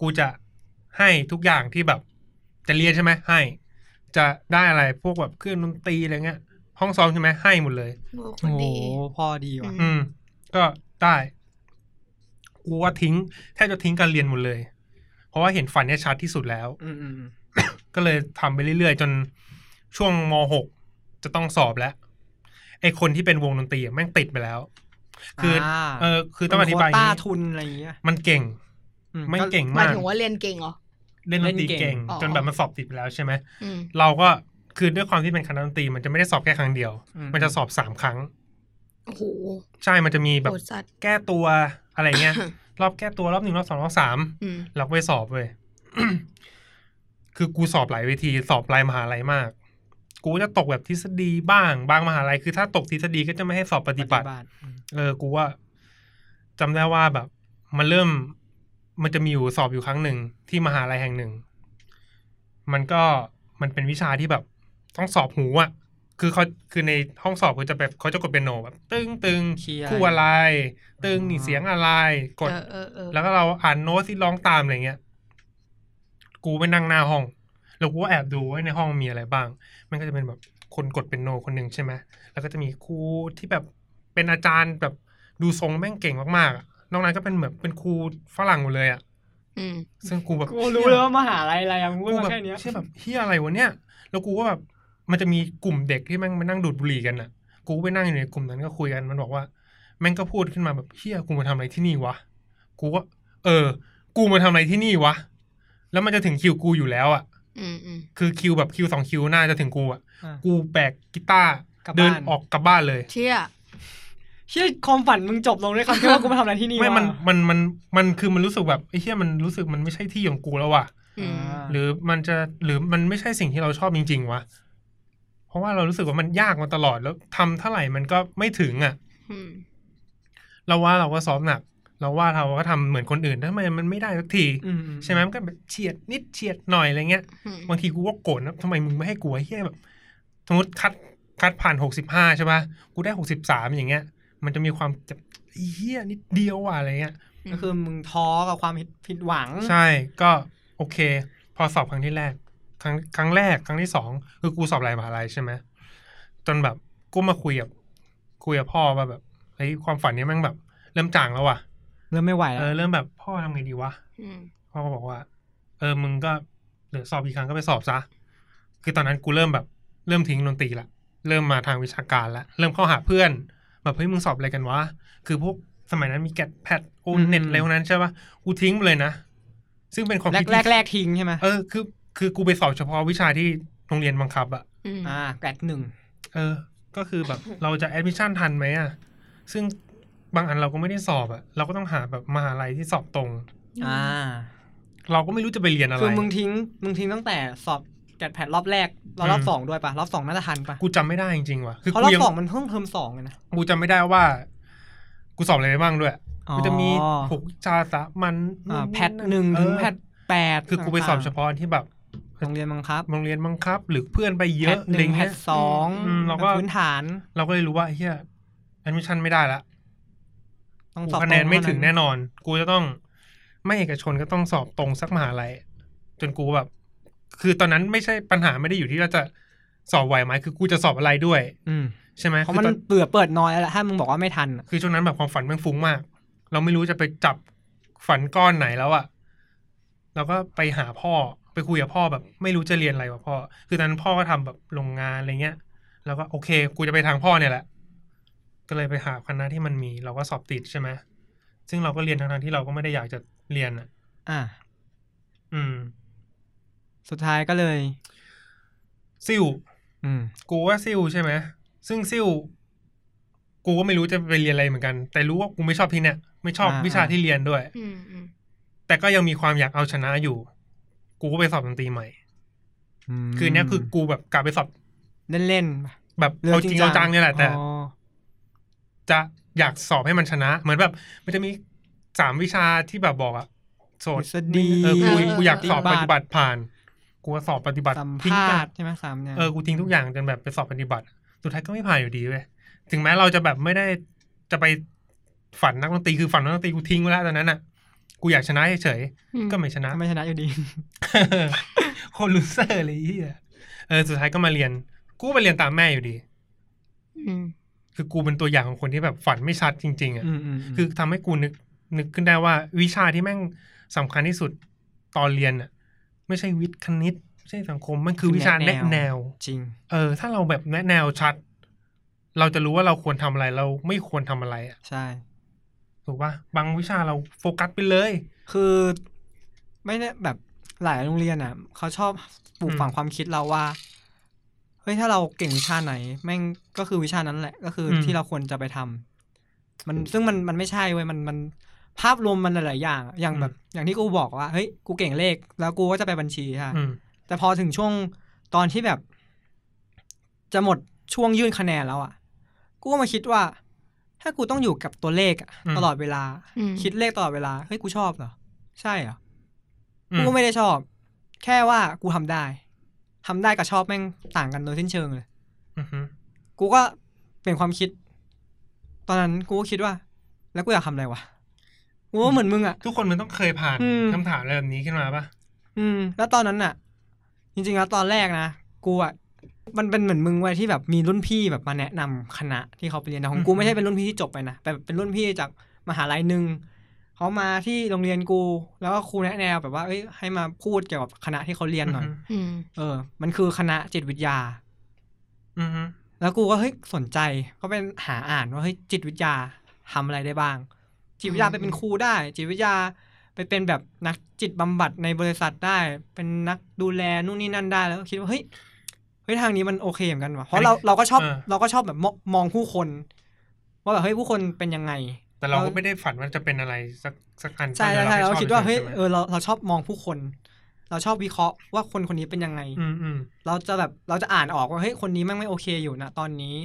B: กูจะให้ทุกอย่างที่แบบ จะเรียนใช่ไหมให้ จะได้อะไรพวกแบบเครื่องดนตรีอะไรเงี้ย ห้องซ้อมใช่ไหมให้หมดเลย
C: โอ้ค
A: โอ้
C: น
A: โห
C: ดี
A: พ่อดีว่ะ
B: อืม ก็ได้กูว่าทิ้งแทบจะทิ้งการเรียนหมดเลย เพราะว่าเห็นฝันเนี่ยชัดที่สุดแล้ว
A: อืมอืมอืม
B: ก็เลยทำไปเรื่อยๆ จนช่วงมหกจะต้องสอบแล้วไอคนที่เป็นวงดนตรีอะแม่งติดไปแล้ว คืออา เออคือต้องอธิบาย
A: เป็
B: อ
A: นโคว
B: ย่าง
A: ต้า
B: นี้
A: ทุนอะไรอย่างเงี้ย
B: มันเก่ง
A: อื
B: ไม่งเก่
C: หมาม
B: งาย ก
C: ถึงว่าเรียนเก่งเหรอ
B: เล่นดนตรีเก่ง
C: อ๋อ
B: จนแบบมันสอบติดไปแล้วใช่ไหม
C: อืม
B: เราก็คือด้วยความที่เป็นคณะดนตรีมันจะไม่ได้สอบแค่ครั้งเดียว มันจะสอบสามครั้ง
C: โอ้โห
B: ใช่มันจะมีแบบ
C: โหดจัด
B: แก้ตัวอะไรเงี้ย รอบแก้ตัวรอบหนึ่งรอบสองรอบสาม
C: อืม
B: เราก็ไปสอบเว้ย คือกูสอบหลายเวทีสอบรายมหาลัยมาก กูจะตกแบบทฤษฎีบ้าง บางมหาลัยคือถ้าตกทฤษฎีก็จะไม่ให้สอบปฏิบัติ
A: อืม
B: เออ กูว่าจำได้ว่าแบบ มันเริ่มมันจะมีอยู่สอบอยู่ครั้งหนึ่งที่มหาลัยแห่งหนึ่ง มันก็มันเป็นวิชาที่แบบ ต้องสอบหูอะคือเขาคือในห้องสอบเขาจะแบบเขาจะกดเปียโนแบบ ตึงตึง
A: เชียร์
B: คู่อะไร ตึงนี่เสียงอะไรกด
C: เออเออเออ
B: แล้วก็เราอ่านโน้ตที่ร้องตามอะไรเงี้ย กูไปนั่งหน้าห้อง แล้วกูก็แอบดูว่าในห้องมีอะไรบ้าง มันก็จะเป็นแบบคนกดเป็นโนคนหนึ่งใช่ไหม แล้วก็จะมีครูที่แบบเป็นอาจารย์แบบดูทรงแม่งเก่งมากๆอะนอกนั้นก็เป็นแบบเป็นครูฝรั่งหมดเลยอะ
C: อืม
B: ซึ่งกูแบบ
A: กูรู้แล้วว่ามหาลัยอะไรอะมึงพูด
B: กู
A: มา
B: แบบ
A: แค่เนี้ย
B: เชื่อแบบเฮียอะไรวะเนี่ย แล้วกูก็แบบ มันจะมีกลุ่มเด็กที่แม่งมานั่งดูดบุหรี่กันอ่ะ กูก็ไปนั่งอยู่ในกลุ่มนั้นก็คุยกันมันบอกว่า แม่งก็พูดขึ้นมาแบบเฮียกูมาทำอะไรที่นี่วะ กูก็เออ กูมาทำอะไรที่นี่วะ แล้วมันจะถึงคิวกูอยู่แล้วอ่ะ
C: อืมอืม
B: คือคิวแบบคิวสองคิวหน้าจะถึงกูอ่ะ
A: อ่ากู
B: กูแบกกีตาร์
A: กลับ
B: เดิน
A: บ้าน
B: ออกกลับบ้านเลย
C: เชี่ย
A: เชื่อความฝันมึงจบลงด้วยคำที่ว่ากูมาทำอะไรที่นี่
B: ไม่
A: วะ
B: มันมันมันมันคือมันรู้สึกแบบไอ้เฮียมันรู้สึกมันไม่ใช่ที่ของกูแล้วว่ะ
C: อืม
A: า
B: หรือมันจะหรือมันไม่ใช่สิ่งที่เราชอบจริง ๆ วะ เพราะว่าเรารู้สึกว่ามันยากมาตลอดแล้วทำเท่าไหร่มันก็ไม่ถึงอะ่ะ
C: อืม
B: เราว่าเราก็ซ้อมหนัก เราว่าเราก็ทำเหมือนคนอื่นทำไมมันไม่ได้สักที
A: อือื
B: ใช่ไหมมันก็แบบเฉียดนิดเฉียดหน่อยอะไรเงี้ย
C: อืม
B: บางทีกูก็โกรธนะทำไมมึงไม่ให้กูไอ้เฮียแบบสมมติคัดคัดผ่านหกสิบห้าใช่ปะกูได้หกสิบสามอย่างเงี้ย มันจะมีความแบบเฮียนิดเดียวว่ะอะไรเงี้ย
A: ก็คือมึงท้อกับความผิดหวัง
B: ใช่ก็โอเค พอสอบครั้งที่แรก ครั้งครั้งแรกครั้งที่สองคือกูสอบรายมหาลัยใช่ไหมจนแบบกูมาคุยกับคุยกับพ่อว่าแบบเฮ้ยความฝันเนี้ยแม่งแบบ เริ่มจางแล้วว่ะ
A: เริ่มไม่ไหวแล้
B: เอ
A: ว
B: อเริ่มแบบพ่อทำไงดีวะ
C: อืม
B: พ่อก็บอกว่า เออมึงก็เดี๋ยวสอบอีกครั้งก็ไปสอบซะคือตอนนั้นกูเริ่มแบบ เริ่มทิ้งดนตรีละเริ่มมาทางวิชาการละเริ่มเข้าหาเพื่อน แบบเฮ้ยมึงสอบอะไรกันวะคือพวกสมัยนั้นมีแกดแพดโอเน็ตอะไรพวกนั้นใช่ปะกูทิ้งไปเลยนะซึ่งเป็นความ
A: แร
B: คิ
A: ก
B: ด
A: แรก
B: ที่
A: แรกทิ้งใช่ไหม
B: เออคือคือกูไปสอบเฉพาะวิชาที่โรงเรียนบังคับอะ
C: อืม
A: อ่าแกรดหนึ่ง
B: เออ ก็คือแบบ เราจะแอดมิชชั่นทันไหมอะซึ่งบางอันเราก็ไม่ได้สอบอะเราก็ต้องหาแบบมหาลัยที่สอบตรง
A: อ่า
B: เราก็ไม่รู้จะไปเรียนอะไร
A: คือมึงทิ้งมึงทิ้งตั้งแต่สอบแกดแพดรอบแรกแล้วรอบสองด้วยปะรอบสองน่าจะทันปะ
B: กูจำไม่ได้จริงๆว่ะคือ
A: เพราะ
B: กู
A: รอบ
B: ยัง
A: สองมันเพิ่งเทอมสองเลยนะ
B: กูจำไม่ได้ว่า กูสอบอะไรไปบ้างด้วย
A: อ๋อ
B: กูจะมีหกวิชาสามัน
A: อ่าแพทหนึ่งถึง
B: เออ
A: แพทแปด
B: คือกูไปสอบเฉพาะที่แบบ
A: โรงเรียนบังคับ
B: โรงเรียนบังคับ หรือเพื่อนไปเย
A: แพ
B: อะ
A: ทห
B: อะไร
A: นึ่งแพ
B: เงี้
A: ท
B: ย
A: สอง
B: อืมเราก็
A: พื้นฐาน
B: เราก็เลยรู้ว่าเฮียแอดมิชชั่นไม่ได้ละ
A: ต้อง
B: กู
A: สอบ
B: คะแนนไม่ถึงแน่
A: น
B: นอน กูจะต้องไม่เอกชนก็ต้องสอบตรงสักมหาลัยจนกูแบบ คือตอนนั้นไม่ใช่ปัญหาไม่ได้อยู่ที่ว่าจะสอบไหวไหมคือกูจะสอบอะไรด้วย
A: อืม
B: ใช่ไหม
A: เพราะ
B: คือ
A: มัน
B: ตอน
A: เปิดเปิดน้อยแล้วแหละถ้ามึงบอกว่าไม่ทันอะ
B: คือช่วงนั้นแบบความฝันแมันฟุ้งมาก เราไม่รู้จะไปจับฝันก้อนไหนแล้วอะเราก็ไปหาพ่อไปคุยกับพ่อแบบ ไม่รู้จะเรียนอะไรวะพ่อ คือตอนนั้นพ่อก็ทำแบบโรงงานอะไรเงี้ย แล้วก็โอเค กูจะไปทางพ่อเนี่ยแหละ ก็เลยไปหาคณะที่มันมี เราก็สอบติดใช่ไหมซึ่งเราก็เรียนทางทางๆที่เราก็ไม่ได้อยากจะเรียนอ่ะ
A: อ่า
B: อืม
A: สุดท้ายก็เลย
B: ซิ่ว
A: อืม
B: กูว่าซิลใช่ไหม ซึ่งซิลกูก็ไม่รู้จะไปเรียนอะไรเหมือนกัน แต่รู้ว่ากูไม่ชอบที่เนี่ย ไม่ชอบ
A: อ่า
B: วิชาที่เรียนด้วย
C: อืมอืม
B: แต่ก็ยังมีความอยากเอาชนะอยู่ กูก็ไปสอบดนตรีใหม่
A: ม
B: คือเนี้ยคือกูแบบกลับไปสอบ
A: เล่นๆปะ
B: แบบ
A: หรื
B: เอาจริงเอาจังเนี่ยแหละ แต่
A: อ๋อ
B: จะอยากสอบให้มันชนะ เหมือนแบบ มันจะมีสามวิชาที่แบบบอกอะโส
A: ท
B: ด
A: ฤษฎี
B: เออกูกูอยากสอบป
A: ฏิ
B: ฏิ
A: บัติ
B: บัติผ่าน กูก็สอบปฏิบัติ
A: สัม
B: ทิ้ง
A: ภา
B: ไป
A: ษณ์ใช่ไหมสามอย่าง
B: เออ กูทิ้งทุกอย่างจนแบบไปสอบปฏิบัติ สุดท้ายก็ไม่ผ่านอยู่ดีเว้ย ถึงแม้เราจะแบบไม่ได้จะไปฝันนักดนตรีคือฝันนักดนตรีกูทิ้งไว้แล้วตอนนั้นอ่ะ กูอยากชนะเฉย
C: อืม
B: ๆ ก็ไม่ชนะ
A: ก็ไม่ชนะอยู่ดี
B: โคนลูเซอร์เลยไอ้เฮียเออ สุดท้ายก็มาเรียน กูก็ไปเรียนตามแม่อยู่ดี
C: อืม
B: คือกูเป็นตัวอย่างของคนที่แบบฝันไม่ชัดจริงๆอ่ะ
A: อืมอืมอืม
B: คือทำให้กูนึกนึกขึ้นได้ว่า วิชาที่แม่งสำคัญที่สุดตอนเรียนอ่ะ ไม่ใช่วิทย์คณิตไม่ใช่สังคม มันคือวิชาแนะแนว
A: จริง
B: เออถ้าเราแบบแนะแนวชัด เราจะรู้ว่าเราควรทำอะไร เราไม่ควรทำอะไรอ่ะ
A: ใช่
B: ถูกปะบางวิชาเราโฟกัสไปเลย
A: คือไม่ได้แบบหลายโรงเรียนอ่ะเขาชอบปลูกฝังความคิดเราว่าเฮ้ยถ้าเราเก่งวิชาไหน แม่งก็คือวิชานั้นแหละ ก็คืออ
B: ม
A: ที่เราควรจะไปทำมันซึ่งมันมันไม่ใช่เว้ยมันมันภาพรวมมันหลายๆอย่างอะอย่างแบบ อย่างที่กูบอกว่าเฮ้ยกูเก่งเลข แล้วกูก็จะไปบัญชีค่ะ
B: อืม
A: แต่พอถึงช่วงตอนที่แบบ จะหมดช่วงยื่นคะแนนแล้วอะ่ะ กูก็มาคิดว่า ถ้ากูต้องอยู่กับตัวเลขอะ
B: อืม
A: ตลอดเวลา
C: อืม
A: คิดเลขตลอดเวลาเฮ้ยกูชอบเหรอ ใช่เหรอ
B: อื
A: กู
B: ม
A: ก็ไม่ได้ชอบ แค่ว่ากูทำได้ทำได้กับชอบแม่งต่างกันโดยสิ้นเชิงเลย
B: อือฮึ
A: กูก็เปลี่ยนความคิด ตอนนั้นกูก็คิดว่า แล้วกูอยากทำอะไรวะกูก็เหมือนมึงอ่ะ
B: ทุกคนมันต้องเคยผ่าน
A: อืม
B: คำถามอะไรแบบนี้ขึ้นมาปะ
A: อืม แล้วตอนนั้นน่ะ จริงๆแล้วตอนแรกนะกูอ่ะมันเป็นเหมือนมึงไว้ยที่แบบมีรุ่นพี่แบบมาแนะนำคณะที่เขาไปเรียนแต่ของกูไม่ใช่เป็นรุ่นพี่ที่จบไปนะแต่เป็นรุ่นพี่จากมหาลัยหนึ่งเขามาที่โรงเรียนกู แล้วก็ครูแนะแนวแบบว่าเอ้ยให้มาพูดเกี่ยวกับคณะที่เขาเรียนหน่อย
C: อืม
A: เออ มันคือคณะจิตวิทยา
B: อือฮึ
A: แล้วกูก็เฮ้ยสนใจก็เป็นหาอ่านว่าเฮ้ยจิตวิทยาทำอะไรได้บ้าง จิตวิทยาไปเป็นครูได้ จิตวิทยาไปเป็นแบบนักจิตบำบัดในบริษัทได้ เป็นนักดูแลนู่นนี่นั่นได้แล้วก็คิดว่าเฮ้ยเฮ้ยทางนี้มันโอเคเหมือนกันว่ะเพราะเราเราก็ชอบเราก็ชอบแบบมองมองผู้คน ว่าแบบเฮ้ยผู้คนเป็นยังไง
B: แต่เรา
A: เรา
B: ก็ไม่ได้ฝันว่าจะเป็นอะไรสักสักอัน
A: ใช่ใช่ใช่
B: แต่
A: เรา
B: ก็
A: คิดว่า
B: ชอบ
A: เฮ้ย
B: ฉๆ
A: เออเราเราชอบมองผู้คน เราชอบวิเคราะห์ว่าคนคนนี้เป็นยังไง
B: อืมอืม
A: เราจะแบบเราจะอ่านออกว่าเฮ้ยคนนี้แม่งไม่โอเคอยู่นะตอนนี้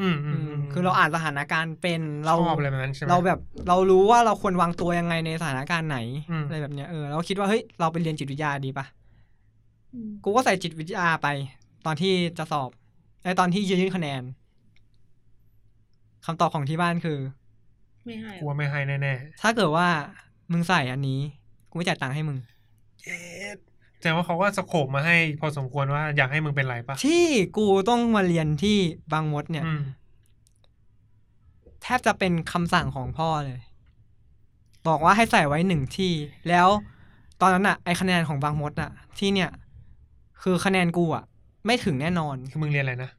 B: อืมอืมม
A: คือเราอ่านสถานการณ์เป็นเรา
B: ชอบอะไรแบบนั้นใช่ไหม
A: เราแบบเรารู้ว่าเราควรวางตัวยังไงในสถานการณ์ไหน
B: อืม
A: อะไรแบบเนี้ยเออเราก็คิดว่าเฮ้ยเราไปเรียนจิตวิทยาดีปะกูก็ใส่จิตวิทยาไป ตอนที่จะสอบไอตอนที่ยื่นคะแนนคำตอบของที่บ้านคือ
C: ไม่ให้
B: กลัวไม่ให้แน่
A: ถ้าเกิดว่ามึงใส่อันนี้ กูไม่จ่ายตังค์ให้มึง
B: ๆเย็ดแสดงว่าเขาก็สโคบมาให้ พอสมควรว่าอยากให้มึงเป็นไรปะ
A: ที่กูต้องมาเรียนที่บางมดเนี่ย
B: อืม
A: แทบจะเป็นคำสั่งของพ่อเลย บอกว่าให้ใส่ไว้หนึ่งที่ แล้วตอนนั้นอะไอคะแนนของบางมดอะที่เนี่ย คือคะแนนกูอะไม่ถึงแน่นอน
B: คือมึงเรียนอะไรนะ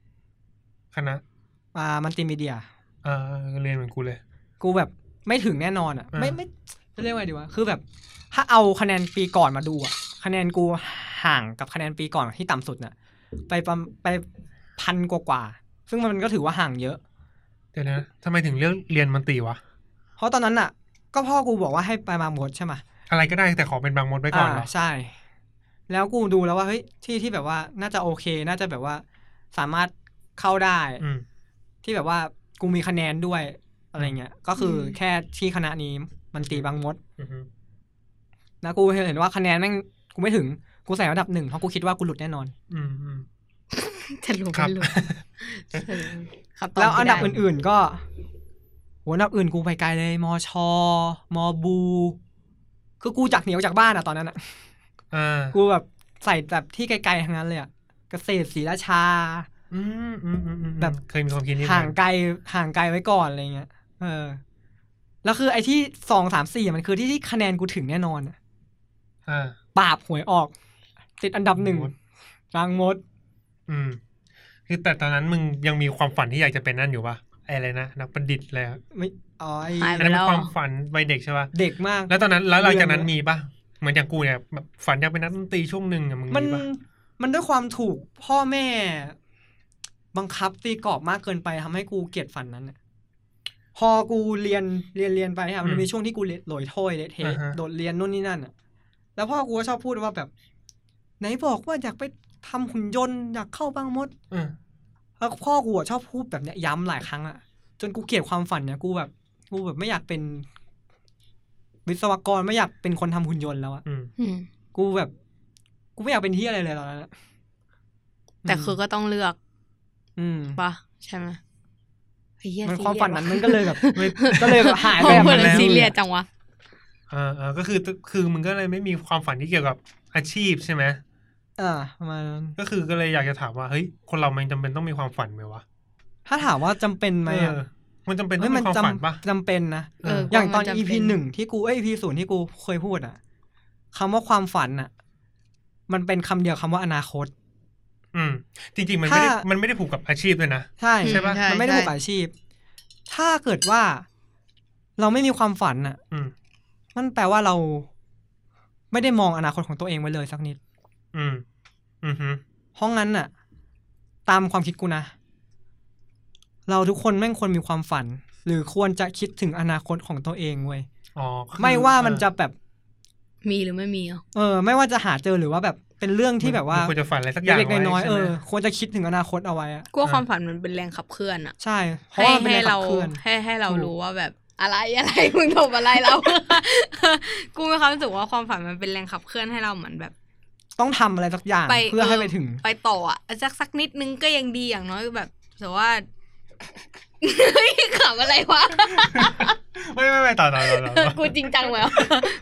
B: คณะ
A: อ่ามันติมีเดีย
B: เออเรียนเหมือนกูเลย
A: กูแบบไม่ถึงแน่นอนอะ
B: อ่า
A: ไม่ไม่จะเรียกว่าไงดีวะคือแบบ ถ้าเอาคะแนนปีก่อนมาดูอะคะแนนกูห่างกับคะแนนปีก่อนที่ต่ำสุดน่ะ ไปประมาณไปพันกว่ากว่าๆซึ่งมันก็ถือว่าห่างเยอะ
B: เดี๋ยวนะทำไมถึงเลือกเรียนมันตรีวะ
A: เพราะตอนนั้นอะก็พ่อกูบอกว่าให้ไปบางมดใช่ไหมะ
B: อะไรก็ได้แต่ขอเป็นบางมดไว้ก่อนเหรอ
A: ใช่ แล้วกูดูแล้วว่าเฮ้ยที่ที่แบบว่าน่าจะโอเค น่าจะแบบว่าสามารถเข้าได้
B: อืม
A: ที่แบบว่ากูมีคะแนนด้วยอะไรเงี้ย ก็คือแค่ที่คณะนี้มันตีบางมด
B: อือฮึ
A: แล้วกูเห็นว่าคะแนนแม่งกูไม่ถึง กูใส่ระดับหนึ่งเพราะกูคิดว่ากูหลุดแน่นอน
B: อืมอืม
C: จะรู้
B: ครั
C: ไม่
B: บ
C: รู้เออคำตบ
A: แล้วอันดับ
C: ที่ไ
A: อื่น ๆ ก็โหอันดับอื่นกูไปไกลเลย มช มบู คือกูจากเหนียวจากบ้านอะตอน นั้นอะ
B: อ่า
A: กูแบบใส่แบบที่ไกลๆทั้งนั้นเลยอะเกษตรศรีราชา
B: อืมอืมอืมอืม
A: แบบ
B: เคยมีความคิดนี้
A: ห่างไกลห่างไกลไว้ก่อนอะไรเงี้ย เออ แล้วคือไอ้ที่สองสามสี่มันคือที่ที่คะแนนกูถึงแน่นอนอะ
B: อ่า
A: ปราบหวยออก ติดอันดับหนึ่ง
B: มด
A: รังมด
B: อืม คือแต่ตอนนั้นมึงยังมีความฝันที่อยากจะเป็นนั่นอยู่ปะไอ้อะไรนะนักประดิษฐ์อะไรอะ
A: ไม่อ๋อไอ้
C: หาย
B: อัน
C: ไป
B: นั้น
C: แล้
B: เป็น
C: ว
B: ความฝันวัยเด็กใช่ปะ
A: เด็กมาก
B: แล้วตอนนั้นแล้วหลังจากนั้นมีปะ เหมือนอย่างกูเนี่ยแบบฝันอยากเป็นนักดนตรีช่วงหนึ่งอะมึง
A: มัน
B: มีปะ
A: มันด้วยความถูกพ่อแม่ บังคับตีกรอบมากเกินไปทำให้กูเกลียดฝันนั้นน่ะพอกูเรียนเรียนเรียนไปอะมันมีช่วงที่กูเละโหลอยโถ้อยเละเทะโดดเรียนนู่นนี่นั่นอะแล้วพ่อกูก็ชอบพูดว่าแบบ ไหนบอกว่าอยากไปทำหุ่นยนต์อยากเข้าบางมด
B: เออ
A: แล้วพ่อกูอะชอบพูดแบบเนี้ยย้ำหลายครั้งอะจนกูเกลียดความฝันเนี่ยกูแบบกูแบบไม่อยากเป็น วิศวกรไม่อยากเป็นคนทำหุ่นยนต์แล้วอะ
B: อืม
C: อืม
A: กูแบบ กูไม่อยากเป็นที่อะไรเลยตอนนั้นอะ
C: แต่คือก็ต้องเลือก
A: อืม
C: ปะใช่ไหมไอ้เหี้ย
A: มัน
C: ซี
A: ความ
C: เรียส
A: ฝันนั้นมันก็ เลยแบบ
B: ไม่
A: ก็เลยแบบหาย
C: พ
A: ไป
C: อ
A: แบบ
C: เปิ
A: นั้น
C: ด
A: เล
B: แล้
A: ย
C: ซีเรียสจังวะ
B: เออเออก็คือคือมึงก็เลยไม่มีความฝันที่เกี่ยวกับอาชีพใช่ไหม
A: อ่าประมาณนั้น
B: ก็คือก็เลยอยากจะถามว่าเฮ้ยคนเรามันจำเป็นต้องมีความฝันไหมวะ
A: ถ้าถามว่าจำเป็นไหมอะ
B: เออมันจำเป็นต้
A: เฮ้
B: อย ง
A: มั
B: มี
A: น
B: ความ
A: จ
B: ฝันปะ
A: ำจำเป็นนะ
C: เออ
A: อย่างตอน
C: ว่ามันจำ
A: EP
C: เป็น
A: หนึ่งที่กูเอ้ย EP ศูนย์ที่กูเคยพูดอะคำว่าความฝันอะมันเป็นคำเดียวคำว่าอนาคต
B: อืม จริง ๆ มันไม่ได้
A: ถ้ามั
B: มันไม่ได้ผูกกับอาชีพด้วยนะ
A: ใช่
C: ใช่ปะ
A: มันไม่ได้
C: ใช่
A: ถูกบอาชีพ ถ้าเกิดว่า เราไม่มีความฝันอะ
B: อืม
A: มันแปลว่าเรา ไม่ได้มองอนาคตของตัวเองไว้เลยสักนิด
B: อืม อืมฮึ
A: เพราะงั้นน่ะ ตามความคิดกูนะ เราทุกคนแม่งควรมีความฝัน หรือควรจะคิดถึงอนาคตของตัวเองเว้ย
B: อ๋อก็คือ
A: ไม่ว่ามันจะ
B: เออ
A: แบบ
C: มีหรือไม่มีอ่ะ
A: เออ ไม่ว่าจะหาเจอหรือว่าแบบเป็นเรื่องที่แบบว่า
B: ควรจะฝันอะไรสักอย่าง
A: เล็กๆน้อยๆ
B: ไว้
A: เอ
B: ใช่ไหม
A: อควรจะคิดถึงอนาคตเอาไว้อะ
C: กลัว
B: อ่า
C: ความฝันมันเป็นแรงขับเคลื่อนอ่ะ
A: ใช่ เพราะ
C: ให้
A: ว่ามันเป็น
C: ให้
A: แรงขั
C: เรา
A: บเคลื่อน
C: ให้ให้เรา
A: ถูก
C: รู้ว่าแบบอะไรอะไร มึงทำอะไรเรา กูมีความรู้สึกว่าความฝันมันเป็นแรงขับเคลื่อนให้เราเหมือนแบบ
A: ต้องทำอะไรสักอย่าง
C: ไป
A: เพื่อให้ไปถึง
C: ไปต่ออ่ะสักสักนิดนึงก็ยังดีอย่างน้อยแบบแต่ ว่า ขำอะไรวะ
B: ไม่ไม่ไม่ต่อต่อต่อต่อ
C: กูจริงจังแล้ว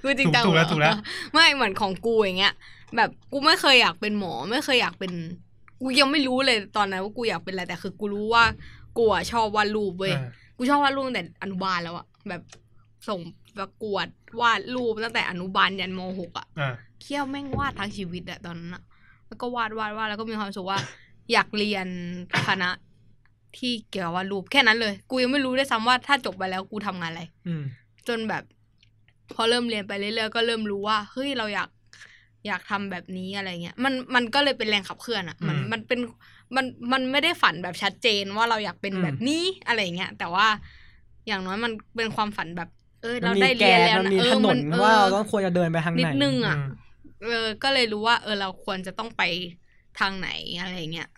C: กูจริงจัง
B: ถูกแล้วถูกแล้ว
C: ไม่เหมือนของกูอย่างเงี้ย แบบกูไม่เคยอยากเป็นหมอ ไม่เคยอยากเป็น กูยังไม่รู้เลยตอนนั้นว่ากูอยากเป็นอะไรแต่คือกูรู้ว่ากูอะชอบวาดรูปเว้ย
B: อ่า
C: กูชอบวาดรูปตั้งแต่อนุบาลแล้วอะแบบส่งประกวดวาดรูปตั้งแต่อนุบาลยันมหกอะ
B: อ่า
C: เที่ยวแม่งวาดทั้งชีวิตอะตอนนั้นอะแล้วก็วาดวาดวาดแล้วก็มีความรู้สึกว่า อยากเรียนคณะที่เกี่ยวกับวาดรูปแค่นั้นเลย กูยังไม่รู้ด้วยซ้ำว่าถ้าจบไปแล้วกูทำงานอะไร
A: อืม
C: จนแบบ พอเริ่มเรียนไปเรื่อยๆก็เริ่มรู้ว่าเฮ้ยเราอยากอยากทำแบบนี้อะไรเงี้ยมันมันก็เลยเป็นแรงขับเคลื่อนอะ่ะมัน
B: อืม
C: มันเป็นมันมันไม่ได้ฝันแบบชัดเจนว่าเราอยากเป็น
A: อืม
C: แบบนี้อะไรเงี้ยแต่ว่าอย่างน้อยมันเป็นความฝันแบบ เออ
A: ั
C: เรา
A: น
C: ได้
A: มีแก
C: เรียน
A: น
C: แล้ว
A: มัน
C: นะ
A: มี
C: เอ
A: ถ
C: อน มัน นเอ
A: ว่า
C: อ
A: เราต้องควรจะเดินไปทางไหน
C: นิดนึงอ่ะ
B: อืม
C: เออ ก็เลยรู้ว่า เออ เราควรจะต้องไปทางไหนอะไรเงี้ย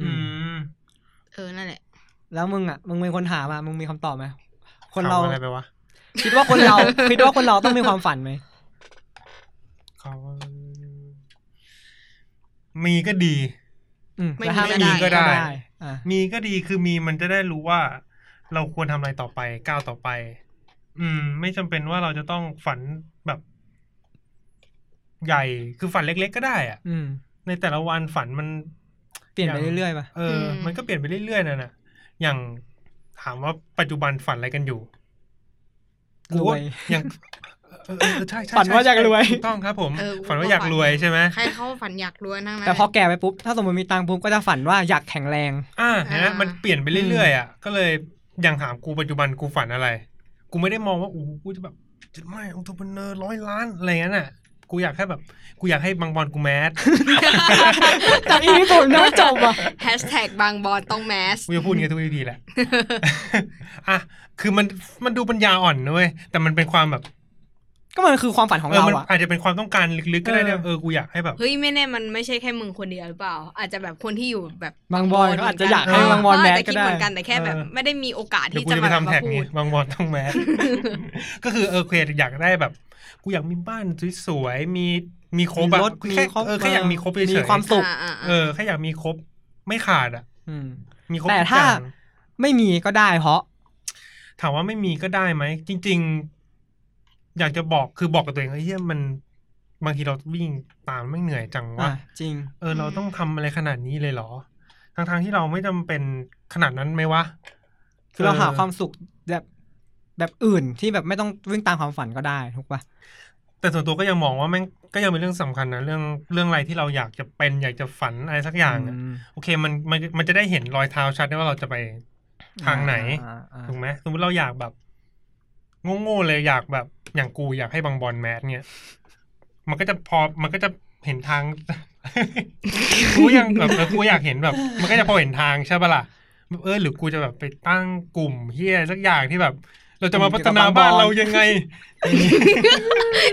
A: อื
B: อื
A: ม
B: ม
C: เออนั่นแหละ
A: แล้วมึงอ่ะ มึงเป็นคนถามอ่ะ มึงมีคำตอบไหม คน
B: ถ
A: เรา
B: มอะไรไปวะ
A: คิดว่าคนเรา คิดว่าคนเราต้องมีความฝันไหม
B: เขามีก็ดี
A: อืม
C: ไม่
A: แล้วถ้า
C: มีก็ได้
A: ม่มีอ่ะ
B: มีก็ดีคือมีมันจะได้รู้ว่า เราควรทำอะไรต่อไปก้าวต่อไป อืม ไม่จำเป็นว่าเราจะต้องฝันแบบ ใหญ่คือฝันเล็ก ๆ ก็ได้อะ
A: อืม
B: ในแต่ละวันฝันมัน
A: เปลี่ยนไปเรื่อยๆป่ะ
B: เอออ
C: ม
B: มันก็เปลี่ยนไปเรื่อยๆนั่นน่ะ อย่างถามว่าปัจจุบันฝันอะไรกันอยู่
A: รวย
B: กูาอย่าง เออเออเออใช่ใช่
A: ฝันว่าอยากรวย
B: ถูกต้องครับ ผม
C: เออ
B: ฝันว่าอยากรวยใช่ไหม
C: ใครเขาฝันอยากรวยนั่งนั้น
A: แต่พอ แก่ไปปุ๊บ ถ้าสมมติมีตังค์ปุ๊บก็จะฝันว่าอยากแข็งแรง
B: อ่าเห็นไหม
C: อ่ามั
B: มันเปลี่ยนไปเรื่อยๆอ่ะก็เลยอย่างถามกูปัจจุบันกูฝันอะไร กูไม่ได้มองว่าอู้กูจะแบบจะไม่องค์ตัวเนอร์ร้อยล้านอะไรอย่างนั้นน่ะ กูอยากแค่แบบ กูอยากให้บางบอลกูแมส
A: แต่อีนี่ผมน่าจบอ่ะ
C: แฮชแท็กบางบอลต้องแมส
B: กูจะพูดอย่างเงี้ยทุกทีแหละ อ่ะ คือมัน มันดูปัญญาอ่อนนะเว้ยแต่มันเป็นความแบบ
A: ก็มันคือความฝันของ
B: เออ
A: เรา
B: มัน
A: อ่ะ
B: อาจจะเป็นความต้องการลึกๆก็ได้เนี่ย
A: เออ
B: เออ กูอยากให้แบบ
C: เฮ้ยไม่แน่มันไม่ใช่แค่มึงคนเดียวหรือเปล่า อาจจะแบบคนที่อยู่แบบ
A: บางบอยเขาอาจจะอยากให้บางบอย
C: เข
A: แมส
C: จจะ
A: ก็
C: คิด
A: ได้
C: เหมือนกันแต่แค่แบบ
B: เออ
C: ไม่ได้มีโอกาส
B: เดี๋ยว
C: ที่
B: กู
C: จะ
B: จะไป
C: มาแบบ
B: ทำแท็
C: มาก พู
B: นี้
C: ด
B: บางบอลต้องแมส ก็คือเออเคอยากได้แบบ กูอยากมีบ้านสวยๆ มีมีครบอะ
A: มีรถ
B: แค่
A: มีครบ
B: เออแค่อยากมีครบเฉยๆ
A: มีความสุข
B: เออแค่อยากมีครบ ไม่ขาดอะ
A: อืม
B: มีครบ
A: แต่
B: ทุก
A: ถ้า
B: อย่าง
A: ไม่มีก็ได้เพราะ
B: ถามว่าไม่มีก็ได้ไหม จริง ๆ อยากจะบอกคือบอกกับตัวเองเฮยเหียมัน บางทีเราวิ่งตามไม่งเหนื่อยจัง
A: อ่ะ
B: วะ
A: จริง
B: เออ
C: อืม
B: เราต้องทำอะไรขนาดนี้เลยเหรอ ทั้งทางๆที่เราไม่จำเป็นขนาดนั้นไหมวะ
A: คือเราหาความ
B: อ
A: สุขแบบ แบบอื่นที่แบบไม่ต้องวิ่งตามความฝันก็ได้ถูกป่ะ
B: อแต่ส่วนตัวก็ยังมองว่าแม่งก็ยังเป็นเรื่องสำคัญนะเรื่องเรื่องอะไรที่เราอยากจะเป็นอยากจะฝันอะไรสักอย่างอะโอเคมันมันมันจะได้เห็นรอยเท้าชัดได้ว่าเราจะไป ทางไหน
A: อ่าอ่า
B: ถูกไหมสมมติเราอยากแบบโง่ๆเลยอยากแบบอย่างกูอยากให้บางบอลแมสเนี่ย มันก็จะพอมันก็จะเห็นทาง กูยังแบบเออกูอยากเห็นแบบ มันก็จะพอเห็นทางใช่ปะล่ะเออหรือกูจะแบบไปตั้งกลุ่มเฮียสักอย่างที่แบบ เราจะมาพัฒนาบ้านเรายังไง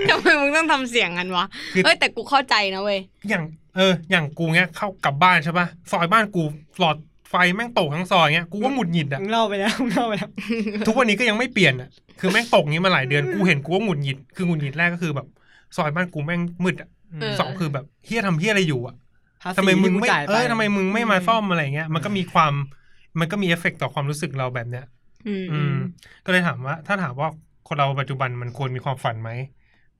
C: ทำไมมึงต้องทำเสียงกันวะ
B: คือ
C: เอ้ยแต่กูเข้าใจนะเว้ย
B: อย่างเออ อย่างกูเนี้ยเข้ากลับบ้านใช่ปะซอยบ้านกูหลอดไฟแม่งตกทั้งซอยเงี้ยกูก็หงุดหงิดอ่ะ
A: มึงเล่าไปแล้ว มึงเล่าไปแล้ว
B: ทุกวันนี้ก็ยังไม่เปลี่ยนอ่ะคือแม่งตกงี้มาหลายเดือนกูเห็นกูก็หงุดหงิดคือหงุดหงิดแรกก็คือแบบ ซอยบ้านกูแม่งมืดอ่ะ
C: เออ
B: สองคือแบบเฮียทำเฮียอะไรอยู่อ่ะ
A: ภาษี
B: ทำไมมึง
A: ที่กู
B: ไม่
A: จ่ายป
B: เออทำไมมึงไม่มาซ่อมอะไรเงี้ย มันก็มีความ มันก็มีเอฟเฟกต่อความรู้สึกเราแบบเนี้ย
C: อืม
B: อืม ก็เลยถามว่า ถ้าถามว่าคนเราปัจจุบันมันควรมีความฝันไหม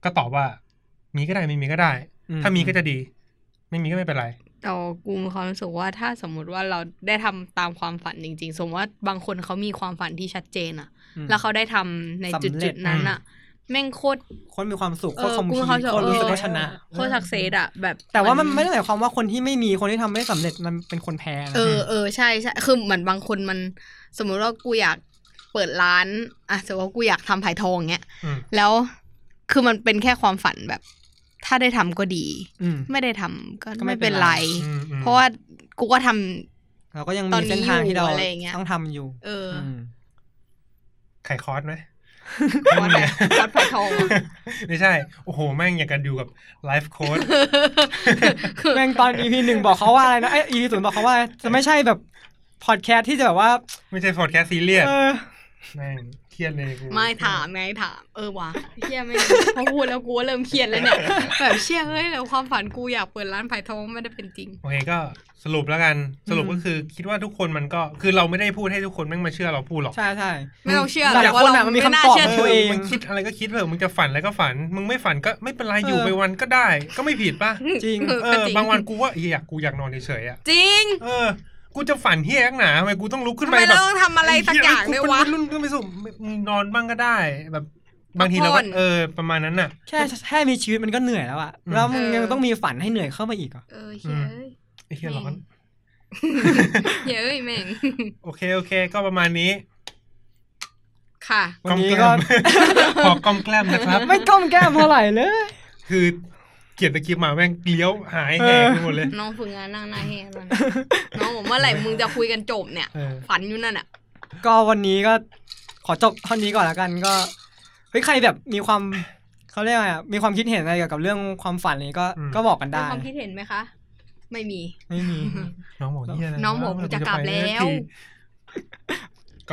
B: ก็ตอบว่า มีก็ได้ไม่มีก็ได้
A: อื
B: ถ้ามีก็จะดี ไม่มีก็ไม่เป็นไร
C: แต่กูมีความรู้สึกว่าถ้าสมมติว่าเราได้ทำตามความฝันจริง ๆ สมมติว่าบางคนเขามีความฝันที่ชัดเจนอะ
A: อืม
C: แล้วเขาได้ทำใน
A: สำเร็จ
C: จุดๆนั้นอะแม่งโคตร
A: คนมีความสุข
C: เอ
A: โค
C: อน
A: คอม
C: กู
A: พี
C: มีความสุข
A: คนรู้สึก
C: เออ
A: ว่าชนะ
C: โคตรสักเซสอะแบบ
A: แต่ว่ามันไม่ได้หมายความว่าคนที่ไม่มีคนที่ทำไม่สำเร็จมันเป็นคนแพ้นะ
C: เออเออใช่ใช่คือเหมือนบางคนมัน สมมุติว่ากูอยากเปิดร้านอ่ะสมมติว่ากูอยากทำผายทองเงี้ย
B: อืม
C: แล้วคือมันเป็นแค่ความฝันแบบ ถ้าได้ทำก็ดี
A: อืม
C: ไม่ได้ทำก็
A: ก็ไม่
C: ไม่
A: เป็
C: เป็น
A: น
C: ไร
A: ไร
B: อืมอืม
C: เพราะว่ากูก็ทำ
A: เราก็ยัง
C: ตอ
A: มี
C: นนี้
A: เส้นทางที่เรา
C: อยู่อะไรอย่างเงี้ย
A: ต้องทำอยู่
C: เอออ
A: ม
B: ไขคอร์สไหม
C: คอร์สอะไร คอร์สผายทองอะ
B: ไม่ใช่ โอ้โห แม่งอยากกันอยู่กับไลฟ์โค้ด
A: แม่งตอน EP หนึ่งบอกเขาว่าอะไรนะไอ้ EP ศูนย์บอกเขาว่าอะไรจะไม่ใช่แบบพอดแคสต์ที่จะแบบว่า
B: ไม่ใช่พอดแคสซีเรียส
A: เออ
B: แม่งเครียดเลยกู
C: ไม่ถามไงถาม เออว่ะเชี่ยไม่งพอพูดแล้วกูก็เริ่มเครียดแล้วเนี่ย แบบเชี่ยเฮ้ยแล้วความฝันกูอยากเปิดร้านผายทองไม่ได้เป็นจริง
B: โอเคก็สรุปแล้วกัน สรุปก็คือ คิดว่าทุกคนมันก็ คือเราไม่ได้พูดให้ทุกคนแม่งมาเชื่อเราพูดหรอก
A: ใช่ใช่
C: ไม่ต้องเชื่อ
A: แต่
C: หรอกว่า
A: คน
C: เรา
A: อะมันมี
C: ไม่น่า
A: คำตอบ
C: เชื่อ
B: เอ
C: ถื
B: อ
C: อ
A: เอง
B: มึงคิดอะไรก็คิดเถอะมึงจะฝันอะไรก็ฝัน มึงไม่ฝันก็ไม่เป็นไรอยู่
A: เออ
B: ไปวันก็ได้ ก็ไม่ผิดป่ะ
A: จริง
C: เออ
B: เอ
C: ก็
B: อ
C: จริง
B: บางวันกูว่าเฮียกูอยากนอนเฉยๆอ่ะ
C: จริง
B: เออ กูจะฝันเฮียนักหนาทำไมกูต้องลุกขึ้น
C: ทำ
B: ไป
C: ไม
B: แบ
C: เรา
B: บ
C: ต้องทำอะไรสักอย่างด้วยวะ
B: ไอ้เหี้ยกูเป็นรุ่นขึ้นไปสูมึงนอนบ้างก็ได้ แบบ บางทีเรา
C: พั
B: ก็
C: กผ่อน
B: เออประมาณนั้นน่ะ
A: แค่แค่มีชีวิตมันก็เหนื่อยแล้วอะแล้วมึง
C: เออ
A: ยังต้องมีฝันให้เหนื่อยเข้ามาอีกเหรอ่ะ
C: เออเฮ้ยเอ้ย
B: ไอ้เฮียร้อน
C: เฮ้ยเอ้ยแม่ง
B: โอเคโอเค ก็ประมาณนี้
C: ค่ะ
A: วันนี้
B: ล้อม
A: ก็
B: แล้มขอกล้อมแกล้มนะครับ
A: ไม่ก้มแก้มเท่าไหร่เลย
B: คือเกียรติตะกี้มาแม่งเลี้ยวหายแหงไปหมดเลย
C: น้องฝึกงานนั่งหน้าแห้งแล้วนะน้องผมเมื่อไหร่มึงจะคุยกันจบเนี่ย
B: เออ
C: ฝันอยู่นั่นอ่ะ
A: ก็วันนี้ก็ขอจบเท่านี้ก่อนละกันก็เฮ้ยใครแบบมีความเขาเรียกว่าไงอะมีความคิดเห็นอะไรเกี่ยวกับเรื่องความฝันนี้ก็
B: อืม
A: ก็บอกกัน
C: มี
A: ได้
C: ความคิดเห็นไหมคะ ไม่มี
A: ไม่มี
B: น้องบอกเฮียะไร
C: น้องบอก
B: ว
C: กูจะกลับแล้ว
B: กูจะไปสัที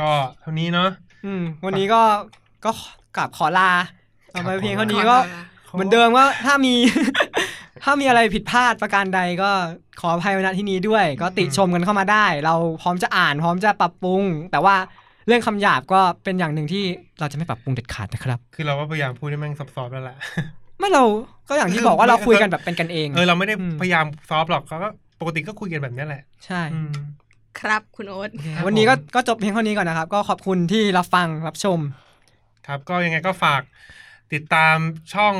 B: ก็เท่านี้เนาะ
A: อืม วันนี้ก็ก็กราบขอลาเอาไป
B: ครับ
A: เพียงเท่านี้ก็เหมือนเดิมก็ถ้ามี ถ้ามีอะไรผิดพลาดประการใดก็ขออภัยณที่นี้ด้วย ก็ติชมกันเข้ามาได้ เราพร้อมจะอ่าน พร้อมจะปรับปรุง แต่ว่าเรื่องคำหยาบก็เป็นอย่างหนึ่งที่เราจะไม่ปรับปรุงเด็ดขาดนะครับ
B: คือเราก็พยายามพูดให้แม่งซับซ้อนแล้วล่ะ
A: ไม่เราก็อย่างที่บอกว่าเราคุยกันแบบเป็นกันเอง
B: เออเราไม่ได้
A: อืม
B: พยายามซอฟต์หรอกเขาก็ปกติก็คุยกันแบบเนี้ยแหละ
A: ใช่
B: อืม
C: ครับคุณโอ๊ต
B: ครับ
A: วันนี้ก็
B: ผม
A: ก็จบเพียงเท่านี้ก่อนนะครับ ก็ขอบคุณที่รับฟังรับชม
B: ครับ ก็ยังไงก็ฝากติดตามช่อง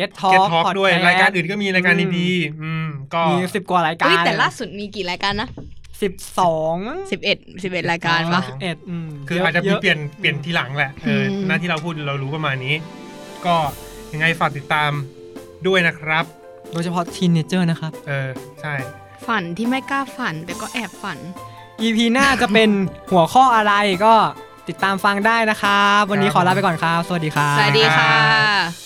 A: Get
B: g e
A: Talk
B: t Talk
A: Podcast
B: ด้วยรายการอื่นก็มีรายการดีๆอืมก็
A: มีสิบกว่ารายการ
C: อุ้ยแต่ล่าสุดมีกี่รายการนะ
A: สิบสอง
C: สิบเอ็ดสิบเอ็ดรายการปะ
A: สิบเอ็ดอืม
B: คืออาจจะมี
A: ย
B: เปลี่ยนเปลี่ยนทีหลังแหละเอออ
C: ม
B: หน้าที่เราพูดเรารู้ประมาณนี้ ก็ยังไงฝากติดตามด้วยนะครับ
A: โดยเฉพาะทีนเนเจอร์นะครับ
B: เออใช่
C: ฝันที่ไม่กล้าฝัน แต่ก็แอบฝัน
A: EP หน้าจะเป็นหัวข้ออะไรก็ติดตามฟังได้นะครับ วันนี้ขอลาไปก่อนครับ สวัสดีครับ
C: สวัสดีค่ะ